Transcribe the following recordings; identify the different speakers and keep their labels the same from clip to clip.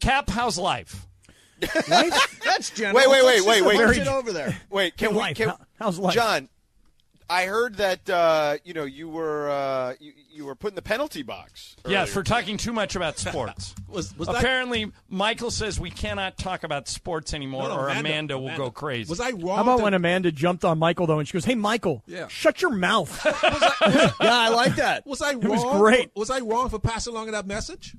Speaker 1: Cap, how's life?
Speaker 2: That's general.
Speaker 3: Wait, wait, wait,
Speaker 2: Let's just
Speaker 3: wait, wait.
Speaker 2: switch
Speaker 3: Very-
Speaker 2: it over there.
Speaker 3: Wait, can
Speaker 4: Hey,
Speaker 3: we?
Speaker 4: life.
Speaker 3: Can,
Speaker 4: How- how's life?
Speaker 3: John, I heard that uh, you know you were uh, you, you were put in the penalty box.
Speaker 1: Yeah,
Speaker 3: earlier.
Speaker 1: for talking too much about sports.
Speaker 5: Was- was that-
Speaker 1: Apparently, Michael says we cannot talk about sports anymore,
Speaker 5: No,
Speaker 1: or Amanda, will go crazy.
Speaker 5: Was I wrong?
Speaker 4: How about
Speaker 5: to-
Speaker 4: when Amanda jumped on Michael though, and she goes, "Hey, Michael,
Speaker 5: Yeah.
Speaker 4: shut your mouth."
Speaker 2: Yeah, I like that.
Speaker 5: was I wrong?
Speaker 4: was great.
Speaker 5: Was I wrong for passing along that message?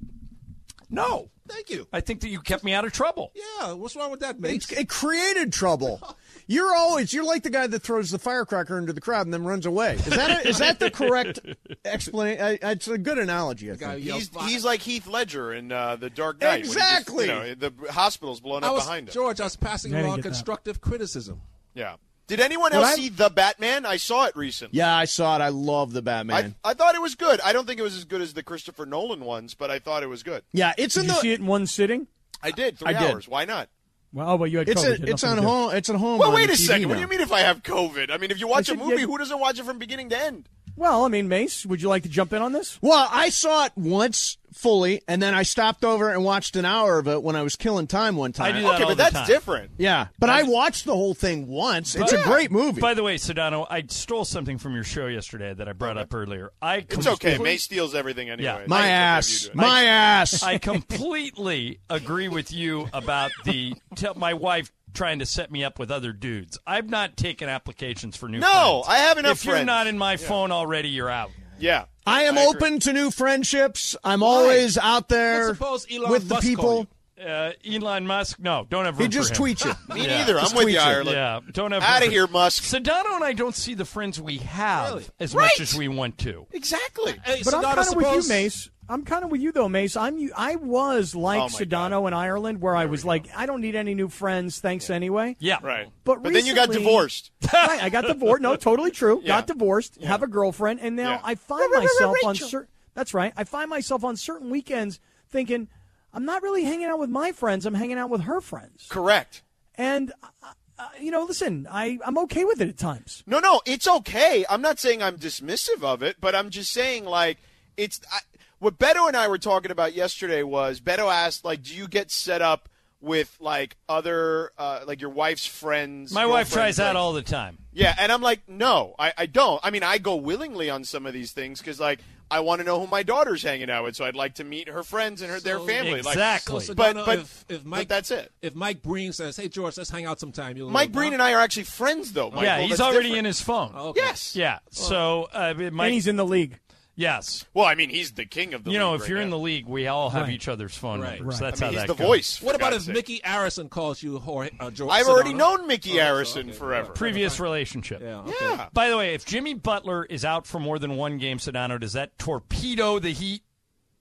Speaker 5: No, thank you.
Speaker 1: I think that you kept me out of trouble.
Speaker 5: Yeah, what's wrong with that,
Speaker 2: It,
Speaker 5: mate?
Speaker 2: it created trouble. You're always you're like the guy that throws the firecracker into the crowd and then runs away. Is that a, is that the correct explanation? It's a good analogy. I
Speaker 5: Guy
Speaker 2: think.
Speaker 5: yelled,
Speaker 3: He's,
Speaker 5: "Fire."
Speaker 3: he's like Heath Ledger in uh, the Dark Knight. when he just,
Speaker 2: Exactly.
Speaker 3: you know, the hospital's blown
Speaker 5: I
Speaker 3: up
Speaker 5: was,
Speaker 3: behind him.
Speaker 5: George, I was passing
Speaker 4: I didn't
Speaker 5: along
Speaker 4: get that.
Speaker 5: constructive criticism.
Speaker 3: Yeah. Did anyone
Speaker 2: Well,
Speaker 3: else
Speaker 2: I'm-
Speaker 3: see the Batman? I saw it recently.
Speaker 2: Yeah, I saw it. I love the
Speaker 3: I,
Speaker 2: Batman.
Speaker 3: I thought it was good. I don't think it was as good as the Christopher Nolan ones, but I thought it was good.
Speaker 2: yeah, it's in
Speaker 4: Did you
Speaker 2: the
Speaker 4: see it in one sitting?
Speaker 3: I did three
Speaker 2: I did.
Speaker 3: hours. Why not?
Speaker 4: Well, oh, but you had
Speaker 2: it's
Speaker 4: COVID. It had
Speaker 2: a, it's on
Speaker 4: nothing to do.
Speaker 2: home it's on home.
Speaker 3: Well,
Speaker 2: on
Speaker 3: wait
Speaker 2: the
Speaker 3: a
Speaker 2: TV
Speaker 3: second. What
Speaker 2: now.
Speaker 3: do you mean if I have COVID? I mean, if you watch a
Speaker 4: should
Speaker 3: movie,
Speaker 4: get-
Speaker 3: who doesn't watch it from beginning to end?
Speaker 4: Well, I mean, Mace, would you like to jump in on this?
Speaker 2: Well, I saw it once fully, and then I stopped over and watched an hour of it when I was killing time one time.
Speaker 1: I do that
Speaker 3: Okay,
Speaker 1: all
Speaker 3: but
Speaker 1: the
Speaker 3: that's
Speaker 1: time.
Speaker 3: different.
Speaker 2: Yeah, but I watched the whole thing once. It's a great movie.
Speaker 1: By the way, Sedano, I stole something from your show yesterday that I brought up earlier. I
Speaker 3: It's okay. May steals everything anyway.
Speaker 1: Yeah.
Speaker 2: my
Speaker 3: I-
Speaker 2: ass,
Speaker 3: I-
Speaker 2: my ass.
Speaker 1: I completely agree with you about the tell my wife trying to set me up with other dudes. I've not taken applications for new
Speaker 3: No,
Speaker 1: friends.
Speaker 3: I have enough
Speaker 1: If you're
Speaker 3: friends.
Speaker 1: not in my phone already, you're out.
Speaker 3: Yeah.
Speaker 2: I am
Speaker 3: agree.
Speaker 2: open to new friendships. I'm always out there
Speaker 5: Let's suppose Elon
Speaker 2: with the
Speaker 5: Musk
Speaker 2: people.
Speaker 5: called
Speaker 1: Uh, Elon Musk, no, don't have room
Speaker 2: He just
Speaker 1: for him.
Speaker 2: tweets it.
Speaker 3: Me neither. I'm
Speaker 2: Just
Speaker 3: with
Speaker 2: tweet
Speaker 3: you,
Speaker 2: it.
Speaker 3: Ireland.
Speaker 1: Yeah, don't have
Speaker 3: Out
Speaker 1: room
Speaker 3: of
Speaker 1: for-
Speaker 3: here, Musk.
Speaker 1: Sedano and I don't see the friends we have as much as we want to.
Speaker 3: Exactly.
Speaker 5: Hey,
Speaker 4: But I'm
Speaker 5: Sedano,
Speaker 4: kind of with you,
Speaker 5: suppose-
Speaker 4: Mace. I'm kind of with you though, Mace. I'm you. I was like
Speaker 3: Oh, my
Speaker 4: Sedano in Ireland, where I was like, I don't need any new friends, thanks anyway.
Speaker 1: Yeah.
Speaker 3: Right.
Speaker 4: But,
Speaker 3: But then you got
Speaker 4: recently-
Speaker 3: divorced.
Speaker 4: right, I got divorced. No, totally true.
Speaker 3: Yeah.
Speaker 4: Got divorced, have a girlfriend, and now
Speaker 3: Yeah.
Speaker 4: I find myself on certain. That's right. I find myself on certain weekends thinking, I'm not really hanging out with my friends. I'm hanging out with her friends.
Speaker 3: Correct.
Speaker 4: And uh, uh, you know, listen, I I'm okay with it at times.
Speaker 3: No, no, it's okay. I'm not saying I'm dismissive of it, but I'm just saying like it's I, what Beto and I were talking about yesterday was Beto asked like, do you get set up with like other uh, like your wife's friends?
Speaker 1: My wife
Speaker 3: girlfriends,
Speaker 1: tries that
Speaker 3: like-
Speaker 1: all the time.
Speaker 3: Yeah, and I'm like, no, I, I don't. I mean, I go willingly on some of these things because like I want to know who my daughter's hanging out with, so I'd like to meet her friends and her their
Speaker 5: So-
Speaker 3: family. Like,
Speaker 1: Exactly.
Speaker 5: So, Sedano,
Speaker 3: But- but-
Speaker 5: if, if
Speaker 3: but
Speaker 5: Mike,
Speaker 3: that's it.
Speaker 5: If Mike Breen says, "Hey, George, let's hang out sometime," you'll
Speaker 3: Mike Breen and I are actually friends, though. Michael.
Speaker 1: yeah, he's
Speaker 3: That's
Speaker 1: already
Speaker 3: different.
Speaker 1: in his phone.
Speaker 5: Oh, okay.
Speaker 3: Yes.
Speaker 1: Yeah. So, uh, Mike,
Speaker 4: And he's in the league.
Speaker 1: yes.
Speaker 3: Well, I mean, he's the king of the.
Speaker 1: You know,
Speaker 3: league
Speaker 1: if
Speaker 3: right
Speaker 1: you're in
Speaker 3: now.
Speaker 1: the league, we all have
Speaker 4: Right.
Speaker 1: each other's phone
Speaker 5: Right.
Speaker 1: numbers.
Speaker 4: Right.
Speaker 1: That's
Speaker 3: I mean,
Speaker 1: how
Speaker 3: he's
Speaker 1: that
Speaker 3: the
Speaker 1: goes.
Speaker 3: voice. for
Speaker 5: What about
Speaker 3: God's sake.
Speaker 5: if Mickey Arison calls you, Jorge, uh, George?
Speaker 3: I've already
Speaker 5: Sedano?
Speaker 3: known Mickey
Speaker 5: Oh,
Speaker 3: Arison
Speaker 5: okay.
Speaker 3: forever.
Speaker 1: Previous relationship.
Speaker 5: Yeah. okay.
Speaker 3: Yeah.
Speaker 1: By the way, if Jimmy Butler is out for more than one game, Sedano, does that torpedo the Heat?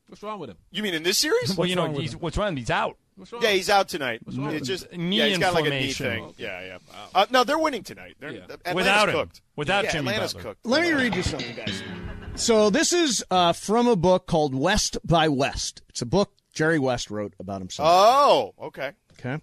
Speaker 5: What's wrong with him?
Speaker 3: You mean in this series?
Speaker 1: well, you know,
Speaker 4: wrong with
Speaker 1: he's, what's wrong? He's out.
Speaker 5: What's wrong?
Speaker 3: Yeah, he's out tonight.
Speaker 5: wrong
Speaker 3: It's
Speaker 5: with
Speaker 3: just
Speaker 1: him? Knee
Speaker 3: yeah, he's got like a knee
Speaker 1: inflammation.
Speaker 3: thing. Yeah, yeah. Uh, no, they're winning tonight. They're,
Speaker 5: Yeah.
Speaker 3: Atlanta's
Speaker 1: Without him.
Speaker 3: cooked.
Speaker 1: Without
Speaker 3: yeah,
Speaker 1: Jimmy
Speaker 3: Atlanta's
Speaker 1: Butler.
Speaker 3: cooked.
Speaker 2: Let me read you something, guys. So this is uh, from a book called West by West. It's a book Jerry West wrote about himself.
Speaker 3: Oh, okay.
Speaker 2: okay.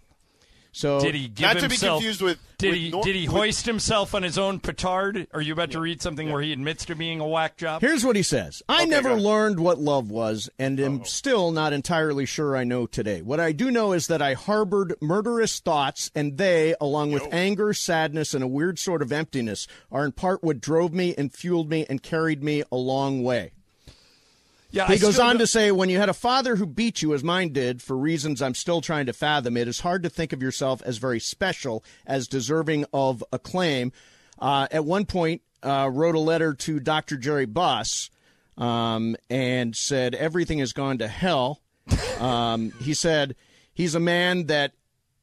Speaker 2: So
Speaker 1: Did he give
Speaker 3: Not to be
Speaker 1: himself?
Speaker 3: confused with-
Speaker 1: did
Speaker 3: with
Speaker 1: he
Speaker 3: Nor-
Speaker 1: did he
Speaker 3: with-
Speaker 1: hoist himself on his own petard? Are you about to read something where he admits to being a whack job?
Speaker 2: Here's what he says I
Speaker 3: go
Speaker 2: never
Speaker 3: ahead.
Speaker 2: learned what love was, and am still not entirely sure I know today. What I do know is that I harbored murderous thoughts, and they, along with anger, sadness, and a weird sort of emptiness, are in part what drove me and fueled me and carried me a long way.
Speaker 1: yeah,
Speaker 2: He
Speaker 1: I
Speaker 2: goes
Speaker 1: still
Speaker 2: on
Speaker 1: don't-
Speaker 2: to say, when you had a father who beat you as mine did, for reasons I'm still trying to fathom, it is hard to think of yourself as very special, as deserving of acclaim. Uh, at one point, uh, wrote a letter to Dr. Jerry Buss um, and said, everything has gone to hell. Um, he said, he's a man that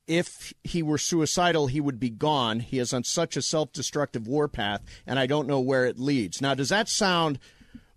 Speaker 2: if he were suicidal, he would be gone. He is on such a self destructive warpath, and I don't know where it leads. Now, does that sound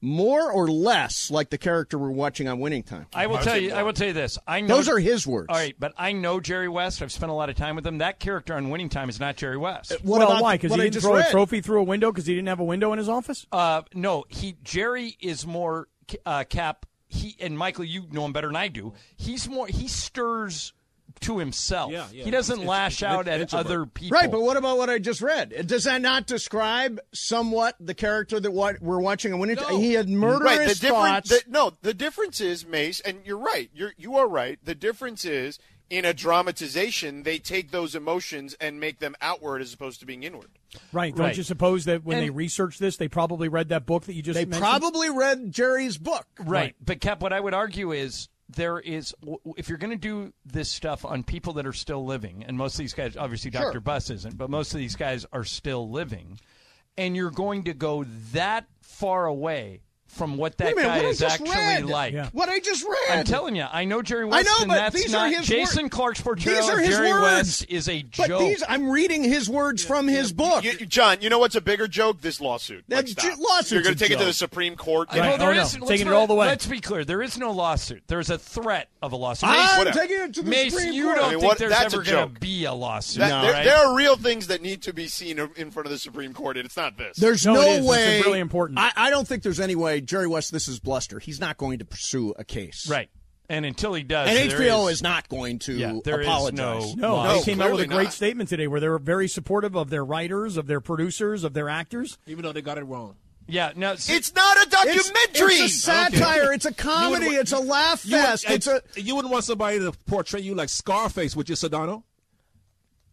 Speaker 2: more or less like the character we're watching on Winning Time?
Speaker 1: I will tell you. I will tell you this. I know
Speaker 2: Those are his words.
Speaker 1: All right, but I know Jerry West. I've spent a lot of time with him. That character on Winning Time is not Jerry West.
Speaker 2: What
Speaker 4: well,
Speaker 2: about
Speaker 4: why?
Speaker 2: what
Speaker 4: he
Speaker 2: I
Speaker 4: didn't
Speaker 2: just
Speaker 4: throw
Speaker 2: read?
Speaker 4: a trophy through a window because he didn't have a window in his office.
Speaker 1: Uh, no, he Jerry is more uh, Cap. He and Michael, you know him better than I do. He's more. He stirs to himself.
Speaker 5: Yeah, yeah.
Speaker 1: He doesn't
Speaker 5: It's- it's-
Speaker 1: lash
Speaker 5: it's
Speaker 1: out at
Speaker 5: introvert.
Speaker 1: other people.
Speaker 2: Right, but what about what I just read? Does that not describe somewhat the character that what we're watching? And when it,
Speaker 5: No.
Speaker 2: he had murderous
Speaker 3: right, the difference.
Speaker 2: thoughts,
Speaker 3: The, no, the difference is Mace, and you're right. You're you are right. The difference is in a dramatization, they take those emotions and make them outward as opposed to being inward.
Speaker 4: Right. Don't
Speaker 1: Right.
Speaker 4: you suppose that when they
Speaker 1: And-
Speaker 4: researched this, they probably read that book that you just
Speaker 2: they
Speaker 4: mentioned?
Speaker 2: probably read Jerry's book.
Speaker 1: Right. But Cap, what I would argue is there is w- w- if you're going to do this stuff on people that are still living, and most of these guys, obviously Dr. Buss isn't, but most of these guys are still living, and you're going to go that far away from what that
Speaker 2: Wait a minute,
Speaker 1: guy
Speaker 2: what I
Speaker 1: is
Speaker 2: just
Speaker 1: actually
Speaker 2: read?
Speaker 1: like.
Speaker 4: Yeah.
Speaker 2: What I just read.
Speaker 1: I'm telling you, I know Jerry
Speaker 2: I
Speaker 1: West.
Speaker 2: know,
Speaker 1: and
Speaker 2: but
Speaker 1: that's
Speaker 2: these are
Speaker 1: not,
Speaker 2: his
Speaker 1: Jason
Speaker 2: wor-
Speaker 1: Clark's portrayal
Speaker 2: These are
Speaker 1: of
Speaker 2: his
Speaker 1: Jerry
Speaker 2: words.
Speaker 1: West is a joke.
Speaker 2: But these, I'm reading his words from his book.
Speaker 3: You, you- John, you know what's a bigger joke? This lawsuit. Like,
Speaker 2: That's
Speaker 3: stop.
Speaker 2: ju- lawsuit's
Speaker 3: You're going
Speaker 2: a
Speaker 3: to take it
Speaker 2: joke.
Speaker 3: to the Supreme Court.
Speaker 1: No,
Speaker 4: Right.
Speaker 1: there
Speaker 4: Oh, no.
Speaker 1: is- let's
Speaker 4: Taking it
Speaker 1: not-
Speaker 4: all the way.
Speaker 1: Let's be clear. There is no lawsuit. There's a threat of a lawsuit.
Speaker 2: I'm
Speaker 3: Whatever.
Speaker 2: taking it to the
Speaker 1: Mace,
Speaker 2: Supreme
Speaker 1: you
Speaker 2: Court.
Speaker 1: don't
Speaker 3: I mean,
Speaker 1: think
Speaker 3: what-
Speaker 1: there's
Speaker 3: that's a
Speaker 1: ever going to
Speaker 3: joke.
Speaker 1: be a lawsuit,
Speaker 3: That- there,
Speaker 1: right?
Speaker 3: there are real things that need to be seen in front of the Supreme Court, and it's not this.
Speaker 2: There's
Speaker 4: No,
Speaker 2: no,
Speaker 4: it is. It's
Speaker 2: way.
Speaker 4: really important.
Speaker 2: I, I don't think there's any way Jerry West. This is bluster. He's not going to pursue a case.
Speaker 1: Right. And until he does,
Speaker 2: And
Speaker 1: there
Speaker 2: HBO is, not going to
Speaker 1: Yeah, there is
Speaker 2: apologize.
Speaker 1: no-
Speaker 4: No,
Speaker 1: No,
Speaker 4: they came out with a
Speaker 3: clearly
Speaker 4: great
Speaker 3: not.
Speaker 4: statement today where they were very supportive of their writers, of their producers, of their actors.
Speaker 5: Even though they got it wrong.
Speaker 1: Yeah. No. see-
Speaker 3: it's not a
Speaker 2: It's,
Speaker 3: documentary.
Speaker 2: it's a satire. It's a comedy.
Speaker 5: You would-
Speaker 2: it's a laugh
Speaker 5: You would-
Speaker 2: fest. it's a.
Speaker 5: and you wouldn't want somebody to portray you like Scarface with your Sedano.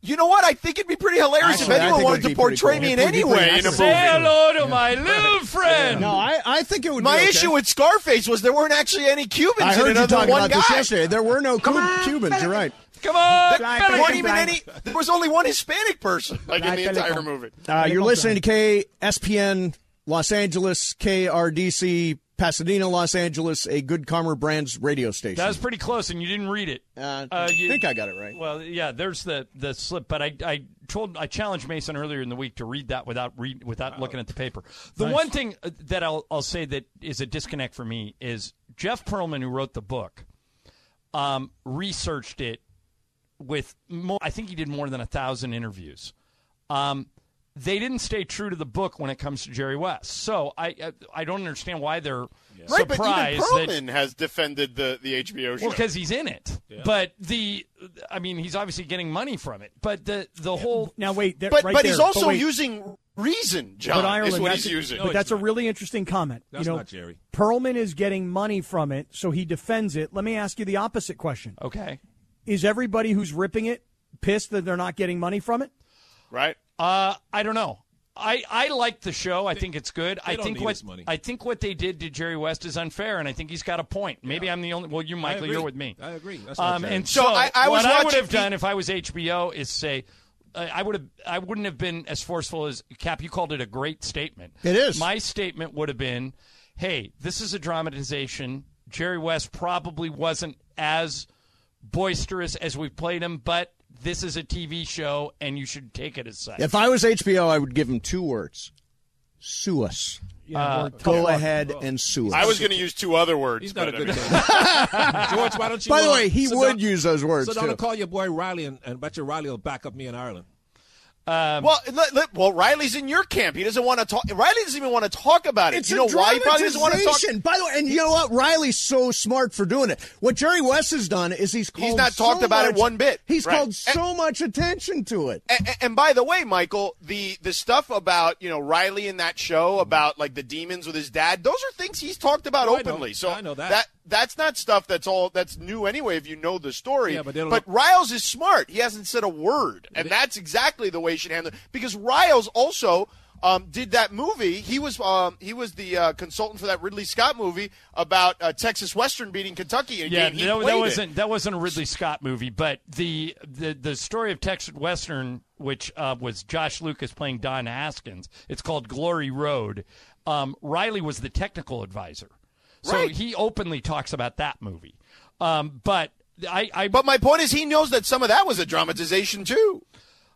Speaker 3: you know what? I think it'd be pretty hilarious
Speaker 2: Actually, I
Speaker 3: if anyone
Speaker 2: think it would
Speaker 3: wanted to
Speaker 2: be pretty
Speaker 3: portray
Speaker 2: cool.
Speaker 3: me in
Speaker 2: It would be
Speaker 3: any
Speaker 2: pretty
Speaker 3: way in a
Speaker 2: awesome.
Speaker 3: movie.
Speaker 1: Say hello to my little friend.
Speaker 2: No, I, I think it would. be
Speaker 3: My
Speaker 2: okay.
Speaker 3: issue with Scarface was there weren't actually any Cubans
Speaker 2: I
Speaker 3: in
Speaker 2: heard
Speaker 3: it
Speaker 2: you
Speaker 3: other
Speaker 2: talking
Speaker 3: than
Speaker 2: about
Speaker 3: one guy.
Speaker 2: this yesterday. There were no Cu- Cubans. You're right.
Speaker 1: Come on,
Speaker 3: There
Speaker 1: Pelican.
Speaker 3: weren't even any. There was only one Hispanic person like in the
Speaker 4: Right,
Speaker 3: entire
Speaker 4: Pelican.
Speaker 3: movie.
Speaker 2: Uh, you're listening to KSPN Los Angeles, KRDC Pasadena, Los Angeles, a Good Karma Brands radio station.
Speaker 1: That was pretty close, and you didn't read it.
Speaker 2: Uh,
Speaker 1: Uh,
Speaker 2: I
Speaker 1: you-
Speaker 2: think I got it right.
Speaker 1: Well, yeah, there's the, the slip, but I, I told I challenged Mason earlier in the week to read that without read without looking at the paper. The one thing uh, that I'll I'll say that is a disconnect for me is Jeff Perlman, who wrote the book, um, researched it with more. I think he did more than a thousand interviews. Um, they didn't stay true to the book when it comes to Jerry West, so I I, I don't understand why they're
Speaker 3: Right, but even
Speaker 1: surprised that
Speaker 3: Perlman has defended the, the HBO show.
Speaker 1: well, because he's in it. But the, I mean, he's obviously getting money from it. But the the whole
Speaker 4: Now, wait. There,
Speaker 3: but
Speaker 4: right
Speaker 3: but
Speaker 4: there.
Speaker 3: he's also
Speaker 4: wait.
Speaker 3: using reason, John,
Speaker 4: But Ireland,
Speaker 3: is what
Speaker 4: that's
Speaker 3: he's
Speaker 4: a-
Speaker 3: using.
Speaker 4: But that's a really interesting comment.
Speaker 5: That's
Speaker 4: you know,
Speaker 5: not Jerry.
Speaker 4: Perlman is getting money from it, so he defends it. Let me ask you the opposite question:
Speaker 1: okay,
Speaker 4: Is everybody who's ripping it pissed that they're not getting money from it?
Speaker 3: right?
Speaker 1: uh, I don't know. I, I like the show. I think it's good. I
Speaker 5: don't
Speaker 1: think
Speaker 5: need
Speaker 1: what
Speaker 5: his money.
Speaker 1: I think what they did to Jerry West is unfair, and I think he's got a point. Maybe I'm the only. Well, you, Michael,
Speaker 5: agree.
Speaker 1: you're with me.
Speaker 5: I agree. That's not
Speaker 1: Um,
Speaker 5: fair.
Speaker 1: and so,
Speaker 3: So I- I was
Speaker 1: what I would
Speaker 3: watching
Speaker 1: have done
Speaker 3: the-
Speaker 1: if I was HBO is say. I I would have. I wouldn't have been as forceful as Cap. You called it a great statement.
Speaker 2: It is.
Speaker 1: My statement would have been, "Hey, this is a dramatization. Jerry West probably wasn't as boisterous as we played him, but this is a TV show, and you should take it as such."
Speaker 2: If I was HBO, I would give him two words: sue us.
Speaker 4: Yeah,
Speaker 2: Go ahead and sue us.
Speaker 3: Uh, I was going to use two other words.
Speaker 5: He's not a
Speaker 3: but I
Speaker 5: good
Speaker 3: mean-
Speaker 5: guy. George, why don't you?
Speaker 2: By the
Speaker 5: uh,
Speaker 2: way, he
Speaker 5: sit
Speaker 2: would
Speaker 5: down-
Speaker 2: use those words
Speaker 5: Sit
Speaker 2: too.
Speaker 5: down and call your boy Riley, and, and bet you Riley will back up me in Ireland.
Speaker 3: Well, let, let- well, Riley's in your camp. He doesn't want to talk. Riley doesn't even want to talk about it.
Speaker 2: It's
Speaker 3: you know
Speaker 2: a
Speaker 3: why he probably doesn't want to talk?
Speaker 2: dramatization. By the way, and you know what? Riley's so smart for doing it. What Jerry West has done is he's called
Speaker 3: not
Speaker 2: so
Speaker 3: talked about it
Speaker 2: much-
Speaker 3: one bit.
Speaker 2: He's
Speaker 3: Right.
Speaker 2: called so much attention to it.
Speaker 3: and, and by the way, Michael, the the stuff about you know Riley in that
Speaker 5: Mm-hmm.
Speaker 3: show about like the demons with his dad, those are things he's talked about
Speaker 5: No, Oh, I know.
Speaker 3: openly. so
Speaker 5: I know that.
Speaker 3: that's not stuff that's all that's new anyway. If you know the story,
Speaker 5: Yeah, but they don't know-
Speaker 3: Riles is smart. He hasn't said a word, and that's exactly the way you should handle it. Because Riles also. Um, did that movie? He was um, he was the uh, consultant for that Ridley Scott movie about uh, Texas Western beating Kentucky. In a
Speaker 1: Yeah,
Speaker 3: game. He
Speaker 1: that,
Speaker 3: played
Speaker 1: that
Speaker 3: it.
Speaker 1: wasn't that wasn't a Ridley Scott movie, but the the, the story of Texas Western, which uh, was Josh Lucas playing Don Haskins, it's called Glory Road. Um, Riley was the technical advisor, so
Speaker 3: Right.
Speaker 1: he openly talks about that movie. Um, but I, I
Speaker 3: But my point is, he knows that some of that was a dramatization too.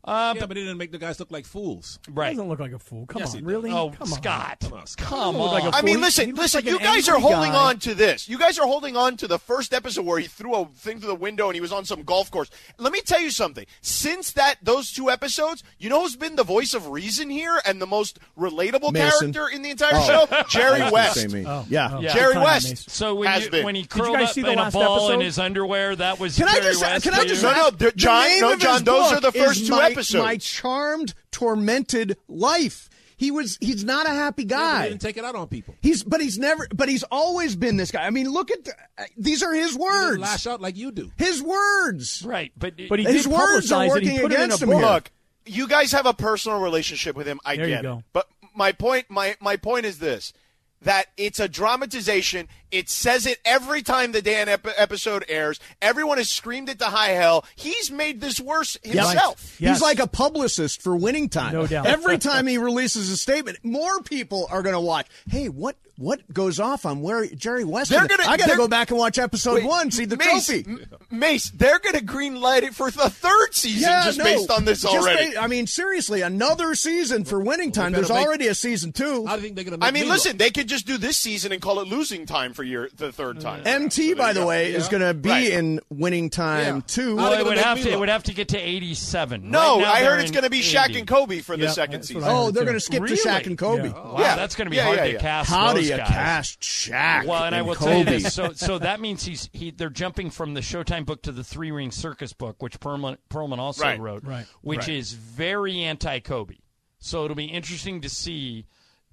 Speaker 5: Uh, yeah, but it didn't make the guys look like fools.
Speaker 1: Right.
Speaker 4: doesn't look like a fool. Come
Speaker 5: Yes, he
Speaker 4: on,
Speaker 5: did.
Speaker 4: really?
Speaker 1: Oh,
Speaker 4: Come on.
Speaker 1: Scott.
Speaker 5: Come on, Scott.
Speaker 1: Come
Speaker 4: look
Speaker 1: on.
Speaker 4: like a
Speaker 3: I mean,
Speaker 4: Well, he-
Speaker 3: listen,
Speaker 4: he looks
Speaker 3: listen.
Speaker 4: like an
Speaker 3: you guys are
Speaker 4: angry
Speaker 3: holding
Speaker 4: guy.
Speaker 3: on to this. You guys are holding on to the first episode where he threw a thing through the window and he was on some golf course. Let me tell you something. Since that those two episodes, you know who's been the voice of reason here and the most relatable
Speaker 2: Mason.
Speaker 3: character in the entire
Speaker 2: Oh.
Speaker 3: show? Jerry West.
Speaker 2: Same yeah.
Speaker 1: Yeah.
Speaker 3: Jerry
Speaker 4: Oh. Good timing,
Speaker 3: West.
Speaker 4: Mason.
Speaker 1: Oh. So when,
Speaker 3: Has
Speaker 1: you,
Speaker 3: been.
Speaker 1: when he
Speaker 3: Did
Speaker 4: you
Speaker 1: curled
Speaker 4: guys
Speaker 1: up
Speaker 4: see the
Speaker 1: in a
Speaker 4: last
Speaker 1: ball in
Speaker 4: episode?
Speaker 1: his underwear, that was
Speaker 2: Can I
Speaker 1: Jerry
Speaker 2: just?
Speaker 1: West
Speaker 2: Can I
Speaker 1: for
Speaker 2: just?
Speaker 1: you.
Speaker 3: No, no, they're-
Speaker 2: the
Speaker 3: John-
Speaker 2: name
Speaker 3: no,
Speaker 2: of his
Speaker 3: John, those
Speaker 2: book
Speaker 3: are the first
Speaker 2: is
Speaker 3: two
Speaker 2: my,
Speaker 3: episodes.
Speaker 2: My charmed, tormented life. He was. He's not a happy
Speaker 5: Yeah, but
Speaker 2: guy.
Speaker 5: They didn't take it out on people.
Speaker 2: he's, but he's never. But he's always been this guy. I mean, look at the, uh, these are his
Speaker 5: They didn't
Speaker 2: words.
Speaker 5: lash out like you do.
Speaker 2: His words.
Speaker 1: Right, but
Speaker 4: But he
Speaker 2: His
Speaker 4: did
Speaker 2: words are
Speaker 4: publicize it.
Speaker 2: working
Speaker 4: He put it in
Speaker 2: against
Speaker 4: a
Speaker 2: him
Speaker 4: book.
Speaker 2: here.
Speaker 3: Look, you guys have a personal relationship with him. I
Speaker 4: There you
Speaker 3: get it.
Speaker 4: go.
Speaker 3: But my point, my my point is this: that it's a dramatization. It says it every time the Dan ep- episode airs. Everyone has screamed it to high hell. He's made this worse himself.
Speaker 4: Yes.
Speaker 2: He's like a publicist for winning time.
Speaker 4: No doubt.
Speaker 2: Every time he releases a statement, more people are going to watch. Hey, what what goes off on where Jerry West?
Speaker 3: They're
Speaker 2: today?
Speaker 3: gonna-
Speaker 2: I got to
Speaker 3: they're-
Speaker 2: go back and watch episode
Speaker 3: Wait,
Speaker 2: one, see the
Speaker 3: Mace,
Speaker 2: trophy.
Speaker 3: M- Mace, they're going to green light it for the third season just
Speaker 2: no,
Speaker 3: based on this
Speaker 2: just
Speaker 3: already.
Speaker 2: ba- I mean, seriously, another season for winning time.
Speaker 5: better
Speaker 2: There's
Speaker 5: make-
Speaker 2: already a season two.
Speaker 5: How do you think they're going to?
Speaker 3: I mean, listen, they could just do this season and call it losing time for your the third time.
Speaker 2: MT, by the way, is going to be
Speaker 3: Right.
Speaker 2: in winning time
Speaker 5: Yeah.
Speaker 2: two.
Speaker 5: How
Speaker 1: Well,
Speaker 5: they
Speaker 1: it
Speaker 5: gonna
Speaker 1: would
Speaker 5: make
Speaker 1: have
Speaker 5: me
Speaker 1: to. It
Speaker 5: look?
Speaker 1: would have to get to eighty-seven.
Speaker 3: No,
Speaker 1: Right now
Speaker 3: I
Speaker 1: they're
Speaker 3: heard it's
Speaker 1: in
Speaker 3: going to be Shaq
Speaker 1: 80.
Speaker 3: and Kobe for the
Speaker 4: Yeah,
Speaker 3: second
Speaker 4: that's what
Speaker 3: season.
Speaker 4: I heard.
Speaker 2: Oh, they're
Speaker 4: too.
Speaker 2: going to skip
Speaker 1: Really?
Speaker 2: to Shaq and Kobe.
Speaker 4: Yeah.
Speaker 1: Wow,
Speaker 3: Yeah.
Speaker 1: that's going to be
Speaker 3: Yeah,
Speaker 1: hard
Speaker 3: yeah,
Speaker 1: to
Speaker 3: yeah.
Speaker 1: cast.
Speaker 2: How do
Speaker 1: those
Speaker 2: you
Speaker 1: guys.
Speaker 2: cast Shaq?
Speaker 1: Well, and I will
Speaker 2: Kobe?
Speaker 1: tell you this. So, so that means he's he. They're jumping from the Showtime book to the Three Ring Circus book, which Perlman, Perlman also
Speaker 3: Right.
Speaker 1: wrote,
Speaker 4: Right.
Speaker 1: which
Speaker 5: Right.
Speaker 1: is very anti Kobe. So it'll be interesting to see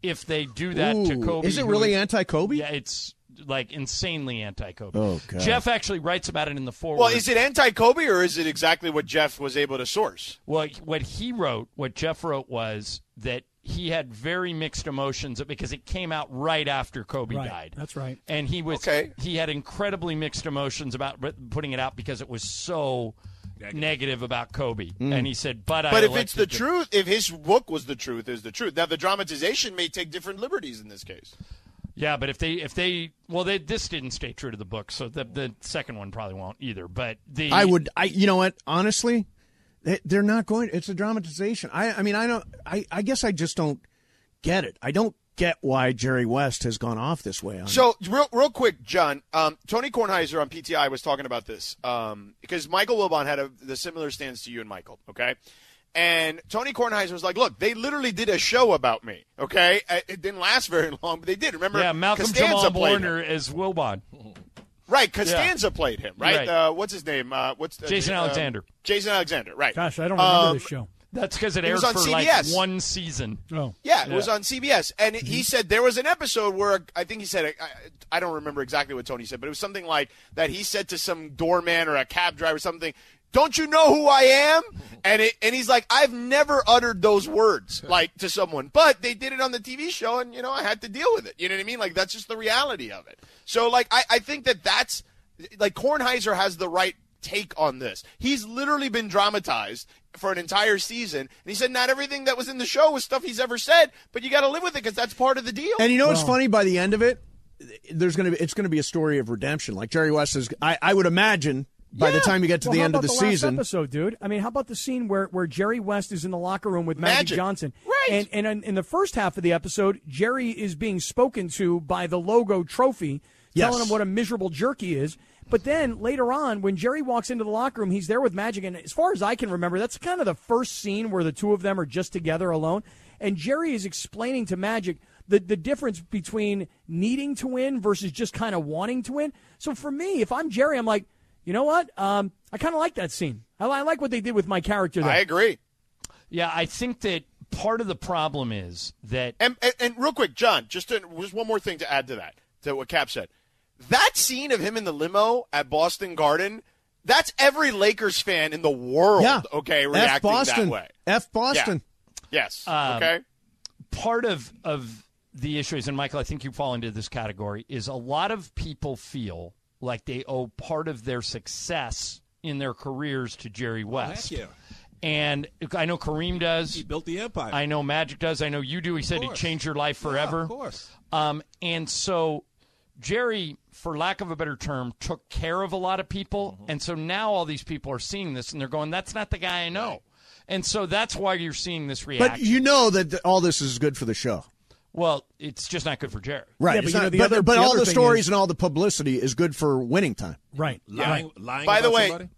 Speaker 1: if they do that to
Speaker 2: Ooh,
Speaker 1: Kobe.
Speaker 2: Is it
Speaker 1: who
Speaker 2: really anti Kobe?
Speaker 1: Yeah, it's like insanely anti Kobe.
Speaker 2: Oh, God.
Speaker 1: Jeff actually writes about it in the forward.
Speaker 3: Well, is it anti Kobe or is it exactly what Jeff was able to source?
Speaker 1: Well, what he wrote, what Jeff wrote was that he had very mixed emotions because it came out right after Kobe
Speaker 4: Right.
Speaker 1: died.
Speaker 4: That's right.
Speaker 1: And he was
Speaker 3: Okay.
Speaker 1: he had incredibly mixed emotions about r- putting it out because it was so negative, about Kobe. And he said, "But I
Speaker 3: Mm. But if it's the
Speaker 1: elected to-"
Speaker 3: truth, if his book was the truth, is the truth. Now the dramatization may take different liberties in this case.
Speaker 1: Yeah, but if they if they well they this didn't stay true to the book, so the the second one probably won't either. But the
Speaker 2: I would. I. You know what? Honestly, they, they're not going. It's a dramatization. I. I mean, I don't. I. I guess I just don't get it. I don't get why Jerry West has gone off this way. On it.
Speaker 3: So real, real quick, John, um, Tony Kornheiser on PTI was talking about this um, because Michael Wilbon had a, the similar stance to you and Michael. Okay. And Tony Kornheiser was like, "Look, they literally did a show about me. Okay, Uh, it didn't last very long, but they did. Remember,
Speaker 1: yeah, Malcolm
Speaker 3: Costanza
Speaker 1: Jamal
Speaker 3: played him.
Speaker 1: Warner as Wilbon.
Speaker 3: Right, Costanza played him. Right,
Speaker 1: Right.
Speaker 3: Uh, what's his name? Uh, what's uh,
Speaker 1: Jason
Speaker 3: um,
Speaker 1: Alexander.
Speaker 3: Jason Alexander. Right.
Speaker 4: Gosh, I don't remember
Speaker 3: Um,
Speaker 4: this show.
Speaker 1: That's because it
Speaker 3: He
Speaker 1: aired
Speaker 3: was
Speaker 1: for
Speaker 3: on
Speaker 1: like
Speaker 3: CBS.
Speaker 1: one season.
Speaker 4: Oh,
Speaker 3: Yeah, it was on CBS, and he said there was an episode where I think he said I, I don't remember exactly what Tony said, but it was something like that. He said to some doorman or a cab driver something. Don't you know who I am? And it, and he's like, I've never uttered those words like to someone, but they did it on the TV show, and you know I had to deal with it. You know what I mean? Like that's just the reality of it. So like I, I think that that's like Kornheiser has the right take on this. He's literally been dramatized for an entire season, and he said not everything that was in the show was stuff he's ever said, but you got to live with it because that's part of the deal.
Speaker 2: And you know what's funny? By the end of it, there's gonna be it's gonna be a story of redemption. Like Jerry West is. I, I would imagine by the time you get to
Speaker 4: Well,
Speaker 2: the
Speaker 4: how
Speaker 2: end of
Speaker 4: about
Speaker 2: the,
Speaker 4: last
Speaker 2: season.
Speaker 4: episode, dude. I mean, how about the scene where, where Jerry West is in the locker room with Maggie
Speaker 3: Magic.
Speaker 4: Johnson?
Speaker 3: Right.
Speaker 4: And and in, in the first half of the episode, Jerry is being spoken to by the logo trophy, telling
Speaker 2: Yes.
Speaker 4: him what a miserable jerk he is. But then later on, when Jerry walks into the locker room, he's there with Magic, and as far as I can remember, that's kind of the first scene where the two of them are just together alone, and Jerry is explaining to Magic. The, the difference between needing to win versus just kind of wanting to win. So for me, if I'm Jerry, I'm like, you know what? Um, I kind of like that scene. I, I like what they did with my character. There.
Speaker 3: I agree.
Speaker 1: Yeah, I think that part of the problem is that
Speaker 3: And, and and real quick, John, just to, just one more thing to add to that to what Cap said. That scene of him in the limo at Boston Garden. That's every Lakers fan in the world,
Speaker 2: yeah.
Speaker 3: okay, reacting
Speaker 2: F Boston.
Speaker 3: that way.
Speaker 2: F Boston.
Speaker 3: Yes.
Speaker 1: Um,
Speaker 3: okay.
Speaker 1: part of of the issue is, and Michael, I think you fall into this category, is a lot of people feel like they owe part of their success in their careers to Jerry West.
Speaker 5: Oh, yeah.
Speaker 1: And I know Kareem does.
Speaker 5: He built the empire.
Speaker 1: I know Magic does. I know you do. He said he
Speaker 5: course.
Speaker 1: changed your life
Speaker 5: Yeah,
Speaker 1: forever.
Speaker 5: of course.
Speaker 1: Um, and so Jerry, for lack of a better term,
Speaker 5: Mm-hmm.
Speaker 1: took care of a lot of people. And so now all these people are seeing this and they're going, that's not the guy I know. And so that's why you're seeing this reaction.
Speaker 2: But you know that th- all this is good for the show.
Speaker 1: Well, it's just not good for Jerry.
Speaker 2: Right.
Speaker 4: Yeah,
Speaker 2: It's
Speaker 4: but you know,
Speaker 2: not-
Speaker 4: the
Speaker 2: but,
Speaker 4: other-
Speaker 2: but
Speaker 4: the
Speaker 2: all
Speaker 4: other
Speaker 2: the
Speaker 4: thing
Speaker 2: stories
Speaker 4: is-
Speaker 2: and all the publicity is good for winning time.
Speaker 4: Right.
Speaker 5: Lying, lying
Speaker 3: By the
Speaker 5: about
Speaker 3: way-
Speaker 5: somebody?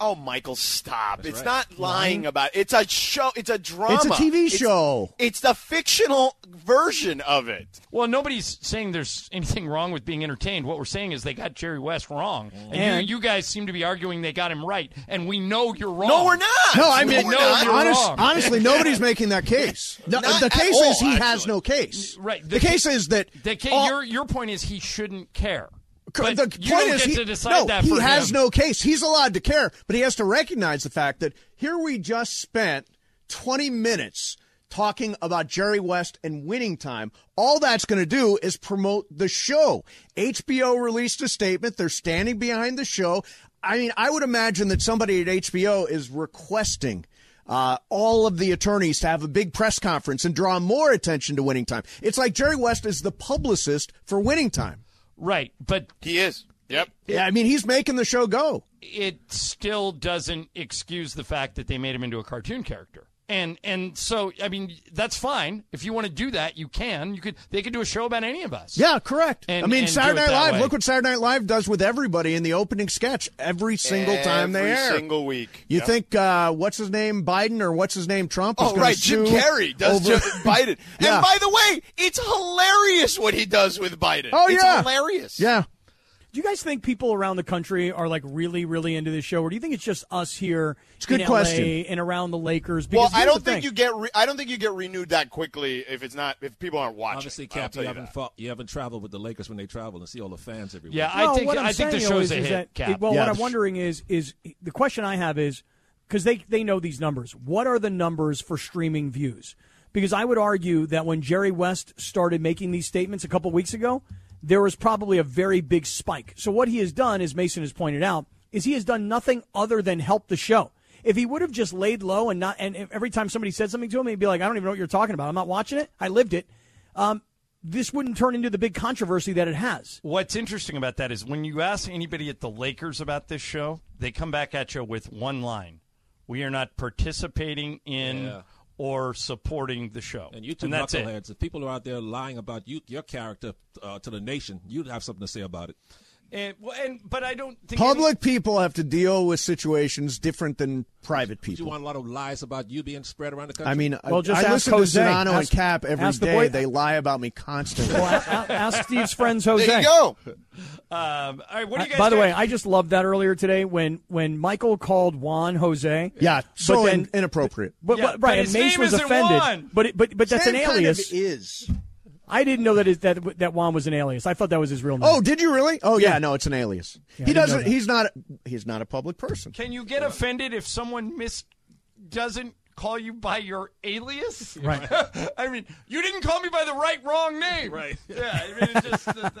Speaker 3: Oh, Michael, stop! it's
Speaker 5: right.
Speaker 3: not lying, about. It's a show. It's a drama.
Speaker 2: It's a TV
Speaker 3: It's-
Speaker 2: show.
Speaker 3: It's, the fictional version of it.
Speaker 1: Well, nobody's saying there's anything wrong with being entertained. What we're saying is they got Jerry West wrong. And,
Speaker 4: And-
Speaker 1: you, you guys seem to be arguing they got him right, and we know you're wrong.
Speaker 3: No, we're not.
Speaker 2: No, I
Speaker 1: We
Speaker 2: mean,
Speaker 1: know you're
Speaker 2: honest-
Speaker 1: wrong.
Speaker 2: honestly, nobody's making that case. No,
Speaker 3: Not
Speaker 2: the
Speaker 3: at
Speaker 2: case
Speaker 3: all,
Speaker 2: is he has
Speaker 3: actually.
Speaker 2: no case.
Speaker 1: Right.
Speaker 2: The, case is that
Speaker 1: They can't-
Speaker 2: all-
Speaker 1: your, your point is he shouldn't care.
Speaker 2: cor-
Speaker 1: But
Speaker 2: the
Speaker 1: you
Speaker 2: point
Speaker 1: don't
Speaker 2: is
Speaker 1: get
Speaker 2: he,
Speaker 1: to decide
Speaker 2: no,
Speaker 1: that
Speaker 2: he
Speaker 1: for
Speaker 2: has
Speaker 1: him.
Speaker 2: no case. He's allowed to care, but he has to recognize the fact that here we just spent 20 minutes talking about Jerry West and winning time. All that's going to do is promote the show. HBO released a statement. They're standing behind the show. I mean, I would imagine that somebody at HBO is requesting uh, all of the attorneys to have a big press conference and draw more attention to winning time. It's like Jerry West is the publicist for winning time.
Speaker 1: Right, but
Speaker 3: He is. Yep.
Speaker 2: Yeah, I mean, he's making the show go.
Speaker 1: it still doesn't excuse the fact that they made him into a cartoon character. And and so I mean that's fine if you want to do that you can you could they could do a show about any of us
Speaker 2: Yeah, correct.
Speaker 1: And-
Speaker 2: I mean,
Speaker 1: and
Speaker 2: Saturday
Speaker 1: do it
Speaker 2: Night
Speaker 1: that
Speaker 2: Live.
Speaker 1: way.
Speaker 2: Look what Saturday Night Live does with everybody in the opening sketch every single time they
Speaker 3: Every
Speaker 2: air.
Speaker 3: single week.
Speaker 2: you
Speaker 3: Yep.
Speaker 2: think uh, what's his name Biden or what's his name Trump? is
Speaker 3: Oh
Speaker 2: gonna
Speaker 3: right, Jim
Speaker 2: sue
Speaker 3: Carrey does
Speaker 2: over-
Speaker 3: Joe Biden.
Speaker 2: Yeah.
Speaker 3: And by the way, it's hilarious what he does with Biden.
Speaker 2: Oh,
Speaker 3: it's
Speaker 2: yeah.
Speaker 3: hilarious.
Speaker 2: yeah,
Speaker 4: Do you guys think people around the country are like really, really into this show, or do you think it's just us here
Speaker 2: a good
Speaker 4: in
Speaker 2: question.
Speaker 4: LA and around the Lakers?
Speaker 3: Well,
Speaker 4: Because
Speaker 3: I
Speaker 4: here's
Speaker 3: don't
Speaker 4: the
Speaker 3: think
Speaker 4: thing.
Speaker 3: you get. Re- I don't think you get renewed that quickly if it's not if people aren't watching.
Speaker 5: Obviously,
Speaker 3: I'll
Speaker 5: Cap,
Speaker 3: tell you
Speaker 5: you haven't
Speaker 3: that.
Speaker 5: fought, you haven't traveled with the Lakers when they travel and see all the fans everywhere.
Speaker 1: yeah
Speaker 4: No,
Speaker 1: I think
Speaker 4: what I'm
Speaker 1: I think the
Speaker 4: saying, though,
Speaker 1: show's
Speaker 4: is,
Speaker 1: a
Speaker 4: is
Speaker 1: hit
Speaker 4: that,
Speaker 1: Cap.
Speaker 4: Well,
Speaker 2: Yeah,
Speaker 4: what
Speaker 2: the
Speaker 4: I'm
Speaker 2: sh-
Speaker 4: wondering is is the question I have is because they they know these numbers. What are the numbers for streaming views? Because I would argue that when Jerry West started making these statements a couple weeks ago, there was probably a very big spike. So what he has done, as Mason has pointed out, is he has done nothing other than help the show. If he would have just laid low and not, and if every time somebody said something to him, he'd be like, "I don't even know what you're talking about. I'm not watching it. I lived it." Um, this wouldn't turn into the big controversy that it has.
Speaker 1: What's interesting about that is when you ask anybody at the Lakers about this show, they come back at you with one line: "We are not participating in
Speaker 5: Yeah.
Speaker 1: or supporting the show."
Speaker 5: And you two
Speaker 1: that's it.
Speaker 5: knuckleheads, if people are out there lying about you, your character uh, to the nation, you'd have something to say about it.
Speaker 1: And, well, and but I don't think any-
Speaker 2: public people have to deal with situations different than private
Speaker 5: Do you
Speaker 2: people.
Speaker 5: want a lot of lies about you being spread around the country?
Speaker 2: I mean,
Speaker 4: Well, just
Speaker 2: I
Speaker 4: ask
Speaker 2: listen
Speaker 4: Jose.
Speaker 2: to Zanano and
Speaker 4: Ask-
Speaker 2: Cap every
Speaker 4: ask the
Speaker 2: day.
Speaker 4: boy-
Speaker 2: They lie about me constantly.
Speaker 4: Well, a- a- ask Steve's friends, Jose. Uh,
Speaker 3: There you go.
Speaker 1: Um, all right, what do you guys?
Speaker 4: By the
Speaker 1: got?
Speaker 4: way, I just loved that earlier today when when Michael called Juan Jose.
Speaker 2: yeah, so
Speaker 4: but then,
Speaker 2: in- inappropriate.
Speaker 4: but,
Speaker 1: Yeah,
Speaker 4: but-
Speaker 1: but
Speaker 4: right,
Speaker 1: his
Speaker 4: and Mace
Speaker 1: name
Speaker 4: was
Speaker 1: isn't
Speaker 4: offended.
Speaker 1: Juan.
Speaker 4: But it, but but that's
Speaker 2: Sam
Speaker 4: an
Speaker 2: kind of
Speaker 4: alias.
Speaker 2: is.
Speaker 4: I didn't know that is that that Juan was an alias. I thought that was his real name.
Speaker 2: Oh, did you really? Oh, yeah. No, it's an alias.
Speaker 4: I
Speaker 2: he
Speaker 4: didn't know
Speaker 2: doesn't.
Speaker 4: that.
Speaker 2: He's not. He's not a public person.
Speaker 1: can you get offended if someone mis doesn't call you by your alias?
Speaker 4: Right.
Speaker 1: I mean, you didn't call me by the right wrong name.
Speaker 5: Right.
Speaker 1: Yeah. I mean, it's just that-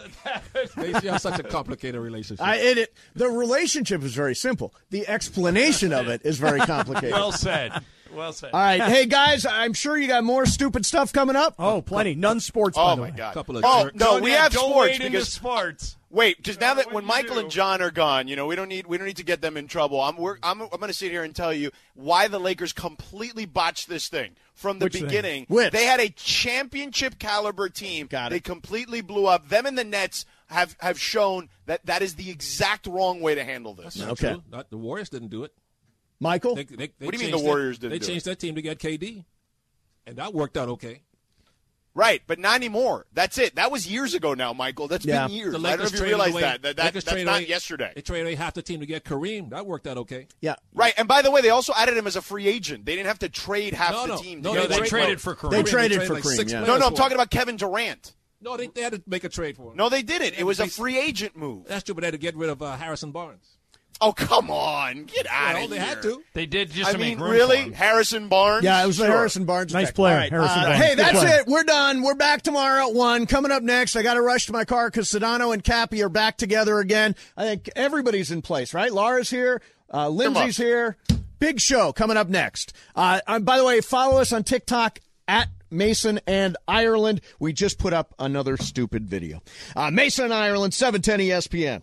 Speaker 1: that-
Speaker 5: they you have such a complicated relationship.
Speaker 2: I, it, it, the relationship is very simple. The explanation of it is very complicated.
Speaker 1: well said. Well said.
Speaker 2: All right, hey guys, I'm sure you got more stupid stuff coming up.
Speaker 4: oh, plenty none sports. by
Speaker 3: Oh
Speaker 4: the
Speaker 3: my
Speaker 4: way.
Speaker 3: god.
Speaker 5: Couple of
Speaker 3: oh
Speaker 5: jerks.
Speaker 3: no,
Speaker 1: Don't-
Speaker 3: we
Speaker 1: yeah,
Speaker 3: have
Speaker 1: don't
Speaker 3: sports
Speaker 1: wade into
Speaker 3: because
Speaker 1: sports.
Speaker 3: Wait, because now that
Speaker 1: what
Speaker 3: when
Speaker 1: you
Speaker 3: Michael
Speaker 1: do.
Speaker 3: and John are gone, you know we don't need we don't need to get them in trouble. I'm we're, I'm I'm going to sit here and tell you why the Lakers completely botched this thing from the
Speaker 4: Which thing?
Speaker 3: beginning.
Speaker 2: Which?
Speaker 3: They had a championship caliber team.
Speaker 2: Got it.
Speaker 3: They completely blew up. Them and the Nets have have shown that that is the exact wrong way to handle this.
Speaker 5: Not
Speaker 2: Okay.
Speaker 5: true. Not- the Warriors didn't do it.
Speaker 2: Michael,
Speaker 5: They, they, they
Speaker 3: What do you mean
Speaker 5: changed
Speaker 3: the Warriors
Speaker 5: their,
Speaker 3: didn't
Speaker 5: They
Speaker 3: do
Speaker 5: changed their team to get KD, and that worked out okay.
Speaker 3: Right, but not anymore. That's it. That was years ago now, Michael. That's
Speaker 2: Yeah.
Speaker 3: been years.
Speaker 5: The
Speaker 3: I don't know
Speaker 5: Lakers
Speaker 3: if you
Speaker 5: traded
Speaker 3: realize
Speaker 5: away,
Speaker 3: that. that, that
Speaker 5: Lakers
Speaker 3: that's
Speaker 5: traded
Speaker 3: not
Speaker 5: away-
Speaker 3: yesterday.
Speaker 5: They traded away half the team to get Kareem. That worked out okay.
Speaker 2: yeah,
Speaker 3: Right, and by the way, they also added him as a free agent. They didn't have to trade half
Speaker 5: No,
Speaker 3: the
Speaker 5: no,
Speaker 3: team. to
Speaker 5: no,
Speaker 3: get
Speaker 1: No, they
Speaker 3: one
Speaker 5: trade-
Speaker 1: traded
Speaker 5: no.
Speaker 1: for Kareem.
Speaker 2: They traded for
Speaker 5: like
Speaker 2: Kareem,
Speaker 5: six
Speaker 2: yeah.
Speaker 5: players
Speaker 3: No, no,
Speaker 5: for
Speaker 3: I'm talking
Speaker 5: him.
Speaker 3: about Kevin Durant.
Speaker 5: No, they, they had to make a trade for him.
Speaker 3: No, they didn't. It was a
Speaker 5: They-
Speaker 3: free agent move.
Speaker 5: that's true, but they had to get rid of uh, Harrison Barnes.
Speaker 3: Oh, come on. Get out
Speaker 5: Well,
Speaker 3: of
Speaker 5: they
Speaker 3: here.
Speaker 5: had to.
Speaker 1: They did just
Speaker 3: I
Speaker 1: to
Speaker 3: mean,
Speaker 1: make room for
Speaker 3: really?
Speaker 1: him.
Speaker 3: Harrison Barnes?
Speaker 2: yeah, it was the
Speaker 3: Sure.
Speaker 2: Harrison Barnes.
Speaker 4: Nice
Speaker 2: pick.
Speaker 4: player,
Speaker 2: All right,
Speaker 4: Harrison
Speaker 2: uh,
Speaker 4: Barnes.
Speaker 2: Hey,
Speaker 4: Good
Speaker 2: that's
Speaker 4: player.
Speaker 2: it. We're done. We're back tomorrow at one. Coming up next, I got to rush to my car because Sedano and Cappy are back together again. I think everybody's in place, right? Laura's here, uh, Lindsay's here. Big show coming up next. Uh, and by the way, follow us on TikTok at Mason and Ireland. We E just put up another stupid video. Uh, Mason and Ireland, seven ten ESPN.